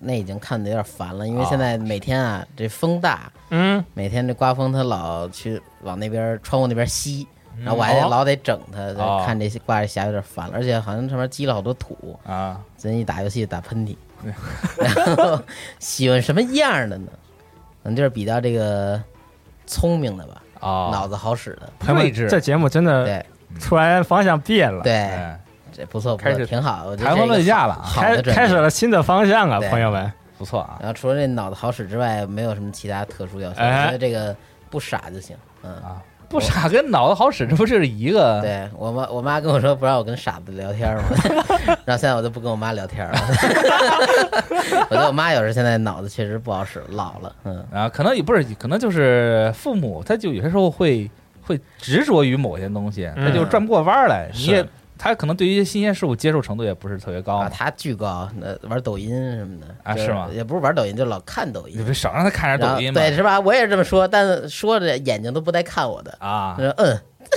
那已经看的有点烦了，因为
啊
现在每天啊这风大，
嗯，
每天这刮风它老去往那边窗户那边吸。嗯然后我还
哦
得老得整它，就
嗯哦
看这些挂这霞有点烦了，而且好像上面积了好多土。
啊，
最近一打游戏打喷嚏，然后 [LAUGHS] 喜欢什么样的呢？可能就是比较这个聪明的吧，
哦，
脑子好使的。
很
对
睿智，
这节目真的
对
突然方向变了，
对，
哎，
这不错不
开
错，
始
挺好。我觉得
谈婚
这个
论嫁了啊
好
开
的转
开始
变。
了新的方向啊，
对
朋友们。
不错啊
然后除了这脑子好使之外，没有什么其他特殊要求。
哎
我觉得这个不傻就行。嗯，
啊，不傻跟脑子好使，这不就是一
嗯
个？
对我妈，我妈跟我说不让我跟傻子聊天
[LAUGHS]
嘛，然后现在我就不跟我妈聊天了。 [LAUGHS] 我觉得我妈有时候现在脑子确实不好使，老了。嗯，
啊，可能也不是，可能就是父母，他就有些时候会会执着于某些东西，他就
嗯
转不过弯儿来。你
是
也，他可能对于一些新鲜事物接受程度也不是特别高
啊，
嘛。
她巨高，那呃玩抖音什么的
哦啊
就是
吗
也不是玩抖音，就老看抖
你
音。
不少让他看点
然
抖
后
音嘛。
对，是吧？我也是这么说，但说着眼睛都不带看我的。
啊
他，说嗯， [LAUGHS]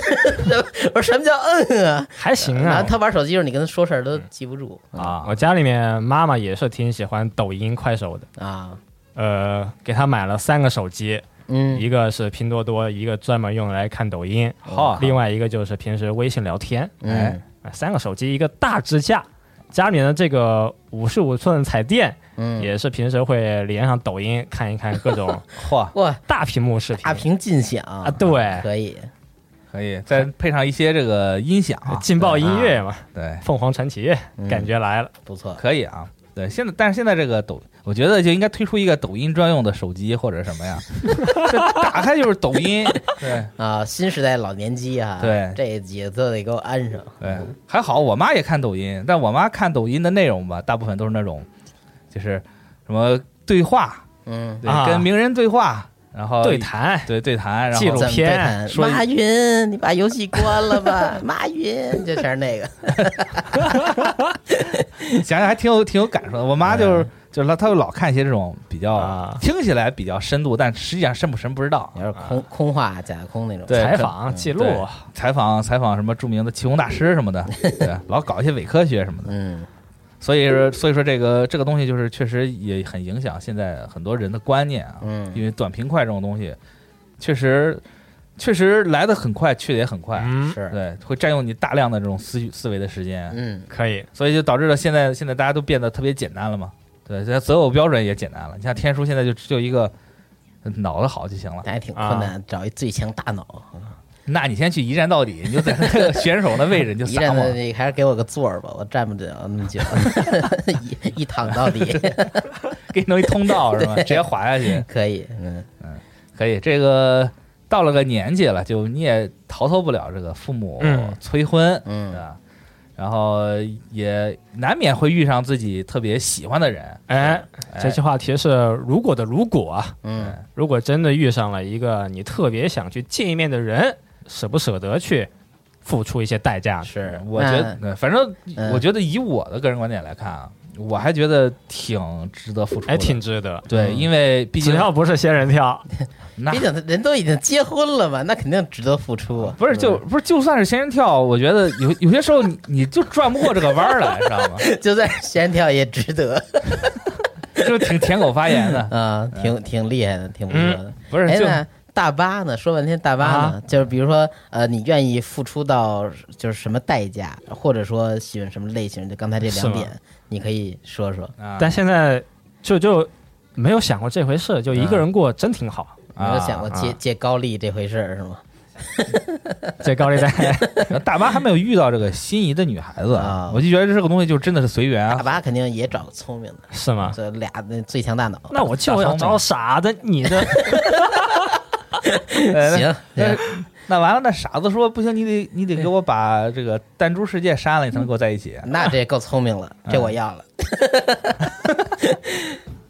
我说什么叫嗯啊？
还行
然
啊
后，他玩手机的时候，你跟他说事儿都记不住
啊
我家里面妈妈也是挺喜欢抖音、快手的，
啊，
呃，给她买了三个手机，
嗯
一个是拼多多，一个专门用来看抖音，
哦
好哎
另外一个就是平时微信聊天。
嗯
啊，三个手机，一个大支架，家里面的这个五十五寸彩电
嗯，
也是平时会连上抖音看一看各种
嚯，
哇，
大屏幕视频
大屏尽享
啊，
啊
对，
可以
可以再配上一些这个音响啊，
劲爆音乐嘛，
对，啊
凤凰传奇
嗯
感觉来了，
不错，
可以啊。对，现在但是现在这个抖，我觉得就应该推出一个抖音专用的手机或者什么呀， [LAUGHS] 这打开就是抖
[LAUGHS]
音。对
啊，新时代老年机啊，
对
这几个都得给我安上。
对，还好我妈也看抖音，但我妈看抖音的内容吧，大部分都是那种，就是什么对话，
嗯，
对，
啊
跟名人对话，然后
对谈
对对谈，然
记录
后
怎么对谈
说一
马云，你把游戏关了吧， [LAUGHS] 马云，就全是那个，
想想还挺有挺有感受的。我妈就是就是她，她就老看一些这种比较
哎啊
听起来比较深度，但实际上深不深不知道
有。点空空话假空那种。
啊对
采
可
访记录，
对采访采访什么著名的气功大师什
[LAUGHS]
么的，对，老搞一些伪科学什么的。
嗯，
所以说所以说这个这个东西就是确实也很影响现在很多人的观念啊。
嗯
因为短平快这种东西，确实确实来的很快，去的也很快，
嗯，
哎是，
对，会占用你大量的这种思绪思维的时间。
嗯，
可以，
所以就导致了现在现在大家都变得特别简单了嘛，对，现在择偶标准也简单了。你像天叔现在就只有一个呃脑子好就行了
那还挺困难，找一最强大脑，
那你先去一战到底，你就在那个选手的位置你就
一
撒
站的
谎。
那还是给我个座儿吧，我站不了那么久， [LAUGHS] 一一躺到底 [LAUGHS]
给你弄一通道是吧？
对
直接滑下去，
可以。嗯，
可以。这个到了个年纪了，就你也逃脱不了这个父母
嗯
催婚，
嗯
啊，然后也难免会遇上自己特别喜欢的人。
哎，
哎
这期话题是如果的如果啊，
嗯，
如果真的遇上了一个你特别想去见一面的人，舍不舍得去付出一些代价呢？
是，
我觉得，呃反正
嗯
我觉得以我的个人观点来看啊，我还觉得挺值得付出的，
哎，挺值得。
对，因为毕
只
竟
要不是仙人跳，
那
那
嗯毕竟他人都已经结婚了嘛，那肯定值得付出啊。
不是就不是就算是仙人跳，我觉得有有些时候你你就转不过这个弯儿来，
[LAUGHS]
知道吗？
嗯就算是仙人跳也值得
就挺舔狗发言的，
啊，挺挺厉害的，挺不错的。
不是
哎，
就
那大巴呢？说半天大巴呢，
啊
就是比如说，呃，你愿意付出到就是什么代价，或者说喜欢什么类型？就刚才这
是
两
吗
点，你可以说说。
啊
但现在就就没有想过这回事，就一个人过真挺好。
你有想过借、
啊
借高利这回事儿是吗？
[LAUGHS] 这高利贷
然后大巴还没有遇到这个心仪的女孩子
啊
我就觉得这个东西就真的是随缘
大
啊。
巴肯定也找个聪明的，
是吗？
这俩那最强大脑。
那我就要找傻子，你这
呃
行，
那
行
那完了，那傻子说不行，你得你得给我把这个弹珠世界杀
嗯
了，你才能跟我在一起
那这够聪明
[LAUGHS]
了，这我要了。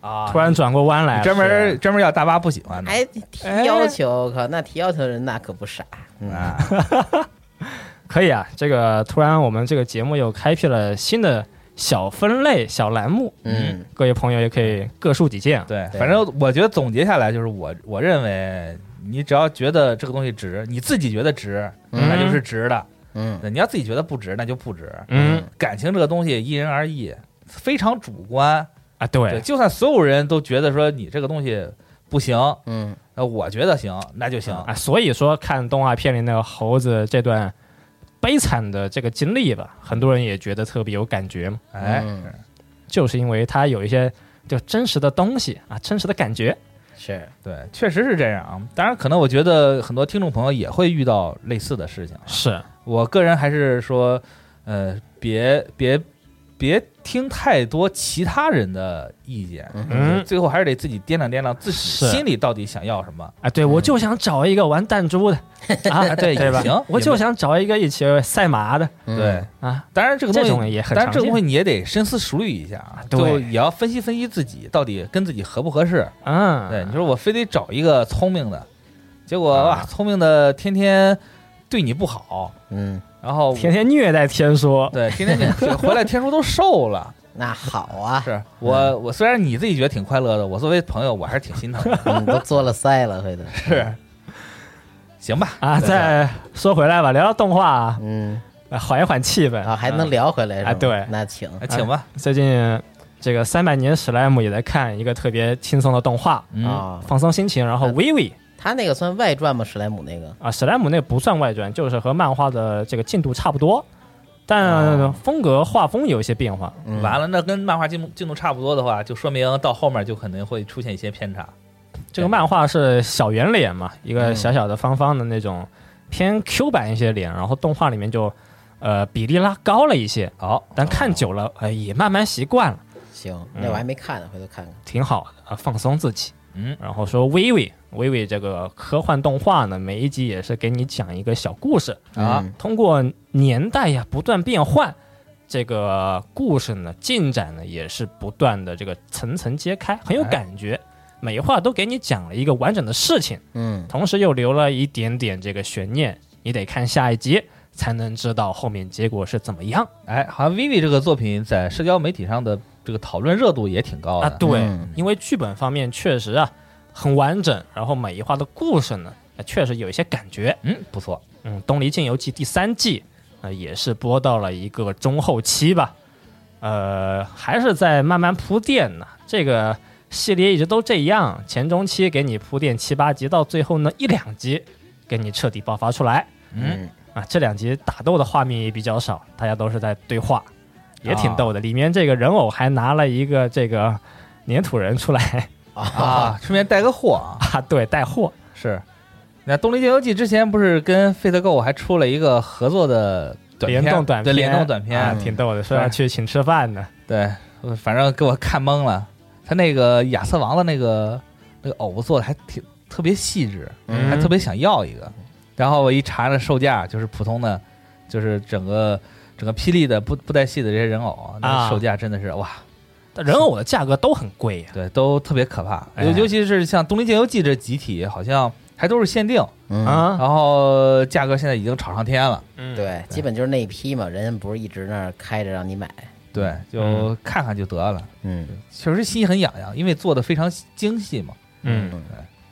啊
[LAUGHS] 突然转过弯来了，
专
啊
门专门要大巴不喜欢的
还哎提要求，我靠，那提要求的人那可不傻。嗯
啊，
可以啊。这个突然我们这个节目又开辟了新的小分类、小栏目，
嗯，
各位朋友也可以各抒己见。
对，
对
反正我觉得总结下来就是我我认为，你只要觉得这个东西值，你自己觉得值，
嗯
那就是值的；
嗯
对你要自己觉得不值，那就不值。
嗯
感情这个东西因人而异，非常主观。
啊，
对，
对，
就算所有人都觉得说你这个东西不行，
嗯，
那我觉得行，那就行。
啊，所以说看动画片里那个猴子这段悲惨的这个经历吧，很多人也觉得特别有感觉嘛，
哎，
嗯
就是因为它有一些就真实的东西啊，真实的感觉。
是，
对，确实是这样啊。当然，可能我觉得很多听众朋友也会遇到类似的事情啊。
是，
我个人还是说，呃，别别别听太多其他人的意见，
嗯
最后还是得自己掂量掂量自己
是
心里到底想要什么。
啊，对我就想找一个玩弹珠的
[LAUGHS]
啊，对
也
吧？
行
我
也
就
没
想找一个一起赛马的
嗯
对，，
啊，
当然这个
这
东
种
西。
也很
当然，
常
这个东西
见。
你也得深思熟虑一下啊，
对
就也要分析分析自己到底跟自己合不合适。
嗯，
对，你说我非得找一个聪明的，结果
啊
哇，聪明的天天对你不好，
嗯，
然后
天天虐待天说，
对天天你回来天叔都
[LAUGHS]
瘦了，
那好啊，
是我，我虽然你自己觉得挺快乐的，我作为朋友，我还是挺心疼的。
嗯，都做了赛了，回头，
是，行吧？
啊，
对
再说回来吧，聊聊动画啊，
嗯，
来缓一缓气氛
啊，。还能聊回来是吧
啊对
那请，
哎请吧。
最近这个三百年史莱姆也在看一个特别轻松的动画，
嗯，
啊，
放松心情。然后
嗯
薇薇
他那个算外传吗？史莱姆那个，
啊，史莱姆那不算外传，就是和漫画的这个进度差不多，
哦
但风格画风有一些变化。
嗯
完了，那跟漫画进度进度差不多的话，就说明到后面就可能会出现一些偏差。
这个漫画是小圆脸嘛，一个
嗯
小小的方方的那种偏 Q 版一些脸，然后动画里面就呃比例拉高了一些，
好，
但看久了呃也慢慢习惯了，
行，
嗯
那我还没看呢，回头看看。
挺好的，啊放松自己。
嗯，
然后说薇薇，薇薇这个科幻动画呢，每一集也是给你讲一个小故事，
啊
嗯
通过年代呀不断变换，这个故事呢进展呢也是不断的这个层层揭开，很有
哎
感觉。每一话都给你讲了一个完整的事情，
嗯
同时又留了一点点这个悬念，你得看下一集才能知道后面结果是怎么样
哎，好像 Vivi 这个作品在社交媒体上的这个讨论热度也挺高
啊。
的。
对，
嗯
因为剧本方面确实啊很完整，然后每一话的故事呢呃确实有一些感觉。
嗯，不错。
嗯，《东离剑游记》第三季，呃，也是播到了一个中后期吧，呃，还是在慢慢铺垫呢。这个系列一直都这样，前中期给你铺垫七八集，到最后呢一两集给你彻底爆发出来
嗯，
啊。这两集打斗的画面也比较少，大家都是在对话，也挺
啊
逗的。里面这个人偶还拿了一个这个粘土人出来 [LAUGHS]
啊
啊啊，顺便带个货啊，
啊，对，带货。
是那《动力电游记》之前不是跟 Fit Go 还出了一个合作的短片
联动短
对
片，
联动短片，嗯
啊挺逗的，说要去请吃饭的，
对，我反正给我看懵了。他那个亚瑟王的那个那个偶做的还挺特别细致，
嗯
还特别想要一个。然后我一查那售价，就是普通的，就是整个整个霹雳的不不带戏的这些人偶，那
啊
售价真 [LAUGHS] 的是哇，
但人偶的价格都很贵啊呀。
对，都特别可怕。
哎
尤尤其是像《东林剑游记》这集体，好像还都是限定，
嗯，
啊，
然后价格现在已经炒上天了。
嗯，
对，基本就是那一批嘛，人家不是一直那儿开着让你买，
对，就看看就得了。
嗯
确实心很痒痒，因为做的非常精细嘛。
嗯，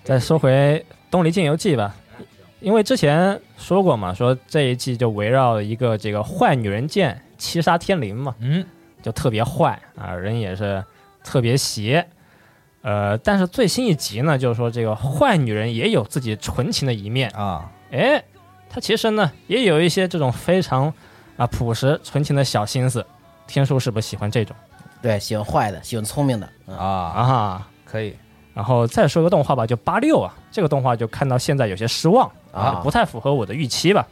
再说回《东离剑游记》吧，因为之前说过嘛，说这一季就围绕一个这个坏女人剑七杀天灵嘛，
嗯，
就特别坏啊，人也是特别邪。呃，但是最新一集呢，就是说这个坏女人也有自己纯情的一面，
啊，
哎，她其实呢也有一些这种非常啊朴实纯情的小心思。天叔是不是喜欢这种
对，喜欢坏的，喜欢聪明的，嗯
啊，
啊？
可以
然后再说个动画吧，就八六啊，这个动画就看到现在有些失望
啊
不太符合我的预期吧。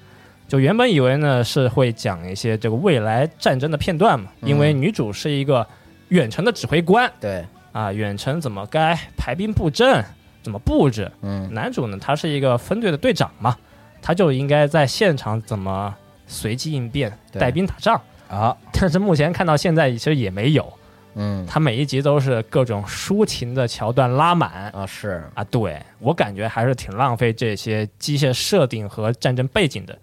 就原本以为呢是会讲一些这个未来战争的片段嘛，因为女主是一个远程的指挥官
对，
啊，远程怎么该排兵布阵，怎么布置。
嗯
男主呢，他是一个分队的队长嘛，他就应该在现场怎么随机应变，
对
带兵打仗。
啊，
但是目前看到现在其实也没有，
嗯
他每一集都是各种抒情的桥段拉满，
啊是，
啊，对我感觉还是挺浪费这些机械设定和战争背景的，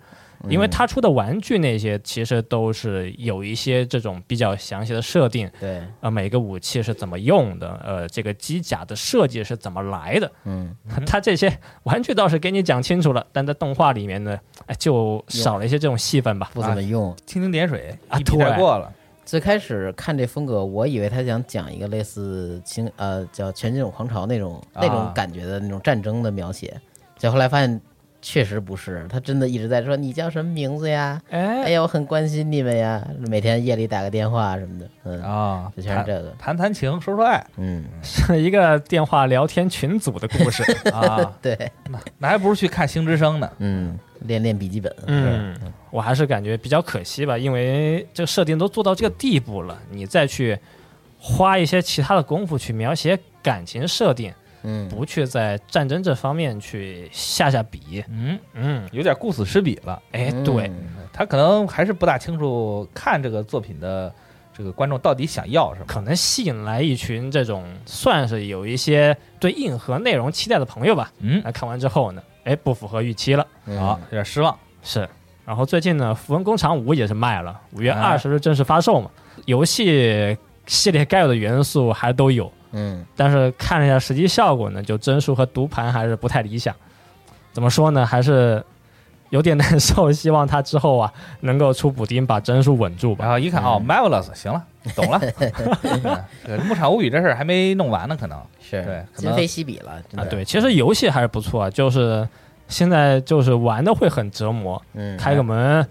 因为
嗯
他出的玩具那些其实都是有一些这种比较详细的设定，
对，
呃，每个武器是怎么用的，呃，这个机甲的设计是怎么来的，
嗯
他这些 [LAUGHS] 玩具倒是给你讲清楚了，但在动画里面呢，哎，就少了一些这种戏份吧。
不怎么用。
蜻蜓点水
啊
一笔
对
带过了
最开始看这风格，我以为他想讲一个类似清呃叫《全金属狂潮》那种
啊
那种感觉的那种战争的描写，结果后来发现确实不是，他真的一直在说你叫什么名字呀？哎
哎，
呀，我很关心你们呀，每天夜里打个电话什么的，嗯，
啊，
就全是这个，
谈谈谈情，说说爱
[LAUGHS] 嗯，，
是 [LAUGHS] 一个电话聊天群组的故 [LAUGHS] 事。
啊
对，
那那还不如去看《星之声》呢。
嗯，练练笔记本，
嗯，我还是感觉比较可惜吧，因为这个设定都做到这个地步了，你再去花一些其他的功夫去描写感情设定，
嗯，
不去在战争这方面去下下笔。
嗯，
嗯，
有点顾此失彼了。
哎，
嗯
对，，
他可能还是不大清楚看这个作品的这个观众到底想要什么。
可能吸引来一群这种算是有一些对硬核内容期待的朋友吧。
嗯，
那看完之后呢，哎，不符合预期了，
嗯
好，有点失望。
是。然后最近呢，《符文工厂五》也是卖了，五月
哎
二十日正式发售嘛。游戏系列该有的元素还都有，
嗯
但是看了一下实际效果呢，就帧数和读盘还是不太理想。怎么说呢，还是有点难受。希望它之后啊能够出补丁，把帧数稳住
然
吧。
后一看
嗯
哦，Marvelous，行了，
[LAUGHS]
懂了。 [LAUGHS] 嗯这个牧场物语这事儿还没弄完呢，可能
是，
对可
今
能
非昔比了，真
啊
的，，
对，其实游戏还是不错，啊就是现在就是玩的会很折磨，
嗯，
开个门，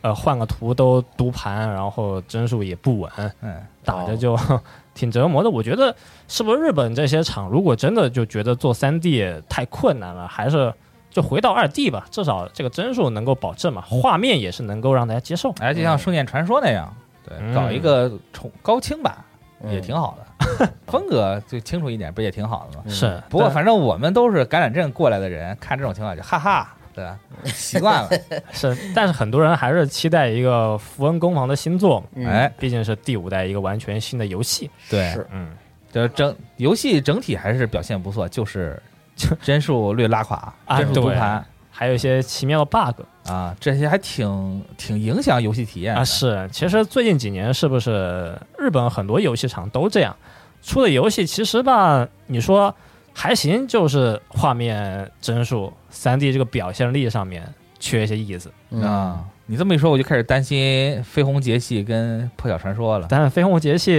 呃，换个图都读盘，然后帧数也不稳，
嗯，
打着就 [LAUGHS] 挺折磨的。我觉得是不是日本这些厂如果真的就觉得做三 D 太困难了，还是就回到二 D 吧，至少这个帧数能够保证嘛，画面也是能够让大家接受。
哎，就像《圣剑传说》那样，对，
嗯
搞一个重高清版
嗯
也挺好的， [LAUGHS] 风格就清楚一点，不也挺好的吗？
是，
嗯不过
但
反正我们都是感染症过来的人，看这种情况就哈哈，对吧？习惯了，
是，但是很多人还是期待一个符文工坊的新作嘛，
嗯
哎，
毕竟是第五代一个完全新的游戏。
对，
是
嗯，
就是整游戏整体还是表现不错，就是 [LAUGHS]
就
帧数略拉垮，
啊
帧数读
对
盘
还有一些奇妙的 bug
啊，这些还挺挺影响游戏体验的
啊，是，其实最近几年是不是日本很多游戏厂都这样，出的游戏其实吧，你说还行，就是画面帧数、三 D 这个表现力上面缺一些意思。
嗯
啊。你这么一说，我就开始担心《绯红节系》跟《破晓传说》了
但是《飞鸿节系》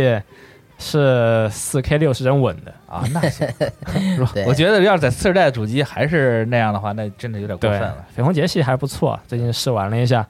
是四 K 六十帧稳的，
啊！那行，如
嗯对
我觉得要是在次世代主机还是那样的话，那真的有点
对，
过分
《
了。
绯红节系》还不错，最近试玩了一下，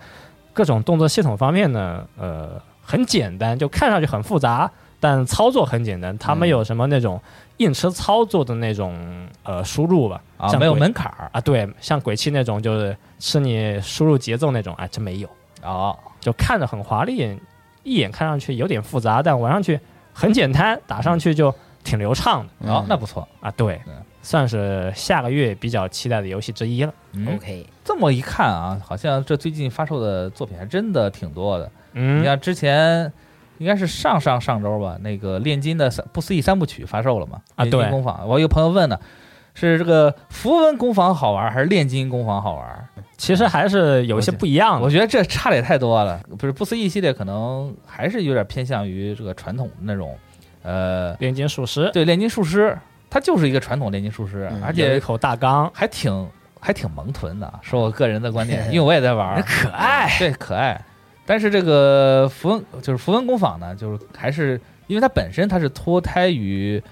各种动作系统方面呢，呃，很简单，就看上去很复杂，但操作很简单，它没
嗯
有什么那种硬吃操作的那种呃输入吧，
啊，
像
没有
鬼
门槛儿
啊，对，像鬼泣那种就是吃你输入节奏那种，哎，真没有，
啊，
就看着很华丽，一眼看上去有点复杂，但玩上去很简单，打上去就挺流畅的
哦，那不错。
啊，对
对，
算是下个月比较期待的游戏之一了，
嗯，
OK，
这么一看啊，好像这最近发售的作品还真的挺多的。你
嗯，
像之前应该是上上上周吧，那个炼金的三不思议三部曲发售了嘛？
啊
炼金
对
工坊。我有朋友问呢，是这个符文工坊好玩还是炼金工坊好玩？
其实还是有一些不一样
我
的，
觉得这差的也太多了。不是不思议系列可能还是有点偏向于这个传统的那种，呃，
炼金术师，
[LAUGHS] 对炼金术师，它就是一个传统炼金术师，
嗯
而
有一
且
口大缸，
还挺还挺萌臀的，是我个人的观点，因为我也在玩儿，可爱，对可爱。但是这个符文就是符文工坊呢，就是还是因为它本身它是脱胎于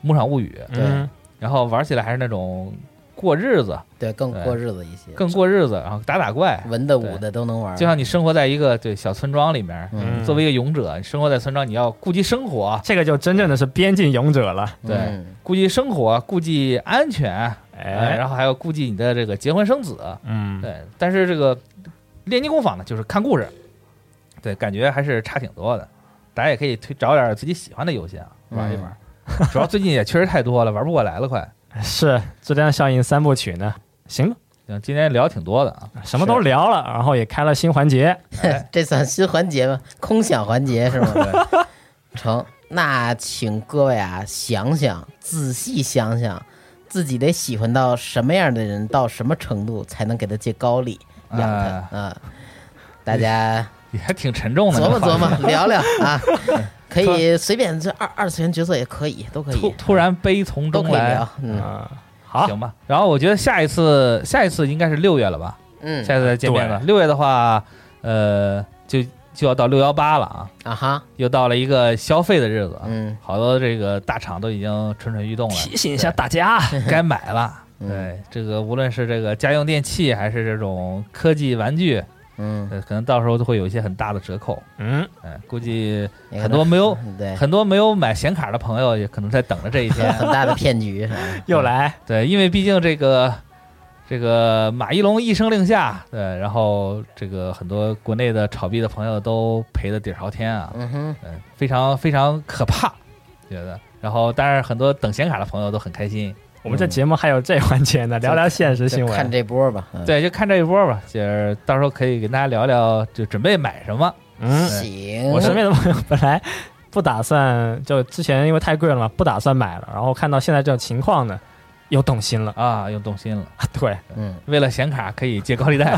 牧场物语，
嗯，
然后玩起来还是那种过日子，
对，更
对
过日子一些，
更过日子，然后打打怪，
文的武的都能玩。
就像你生活在一个对小村庄里面，
嗯
作为一个勇者，你生活在村庄，你要顾及生活，
这个就真正的是边境勇者了，
对
嗯
顾及生活，顾及安全，哎，
哎，
然后还要顾及你的这个结婚生子，
嗯，
对，但是这个炼金工坊呢，就是看故事，对，感觉还是差挺多的。大家也可以推找点自己喜欢的游戏啊，
嗯
玩一玩。主要最近也确实太多了，玩不过来了，快。
是质量效应三部曲呢，行吧，
行，今天聊挺多的啊，
什么都聊了，然后也开了新环节，
[LAUGHS] 这算新环节吗？空想环节 [LAUGHS] 是吗？
对
成，那请各位啊想想，仔细想想，自己得喜欢到什么样的人，到什么程度才能给他借高利 [LAUGHS] 养他啊
啊、
大家
也还挺沉重的。
琢磨
这话
琢磨，聊聊啊，
嗯
可以随便这二二次元角色也可以，都可
[LAUGHS] 突
以，
突然悲从
都
中
可以
来啊
聊，，嗯
嗯，好，
行吧。然后我觉得下一次，下一次应该是六月了吧？
嗯
下一次再见面吧。六月的话，呃，就就要到六幺八了啊，
啊哈，
又到了一个消费的日子啊。
嗯
好多这个大厂都已经蠢蠢欲动了，
提醒一下大家，
该买了。
嗯
对，这个无论是这个家用电器还是这种科技玩具，
嗯，
呃，可能到时候都会有一些很大的折扣。
嗯，
哎，估计
也可能
很多没有
对
很多没有买显卡的朋友也可能在等着这一
[LAUGHS]
天。
很大的骗局，是吧
[LAUGHS]
又来，
对，因为毕竟这个这个马一龙一声令下，对，然后这个很多国内的炒币的朋友都赔的底儿朝天啊，
嗯哼，
嗯，非常非常可怕，觉得。然后，当然很多等显卡的朋友都很开心。
我们这节目还有这环节呢，聊聊现实新
就看
闻，
这波吧，嗯，
对，就看这一波吧，就是到时候可以跟大家聊聊，就准备买什么。
嗯，
行，
我身边的朋友本来不打算，就之前因为太贵了嘛，不打算买了，然后看到现在这种情况呢，又动心了， [LAUGHS]
啊，又动心了。
啊对，
嗯，
为了显卡可以借高利贷，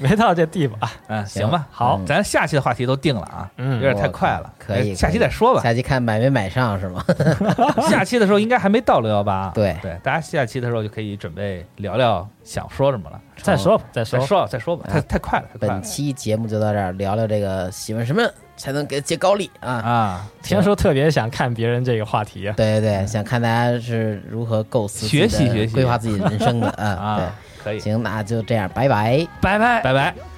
没到这地步啊，
嗯，行吧，
好
咱下期的话题都定了啊，有
嗯，
点太快了，哎
可以
下期再说吧。
下期 [LAUGHS] 看买没买上是吗？
[LAUGHS] 下期的时候应该还没到六幺八，啊
对
对，大家下期的时候就可以准备聊聊想说什么了，
再说吧，再
再
说，
说吧，再说吧，
啊
太太快了，太快
本
了
期节目就到这儿，聊聊这个喜欢什么才能给借高利啊？
啊！
听说特别想看别人这个话题，啊
对对对，想看大家是如何构思、
学习学习
规划自己人生的啊。
[LAUGHS] 啊，可
对，
以，
行，那就这样，拜拜。
拜拜，拜拜。
「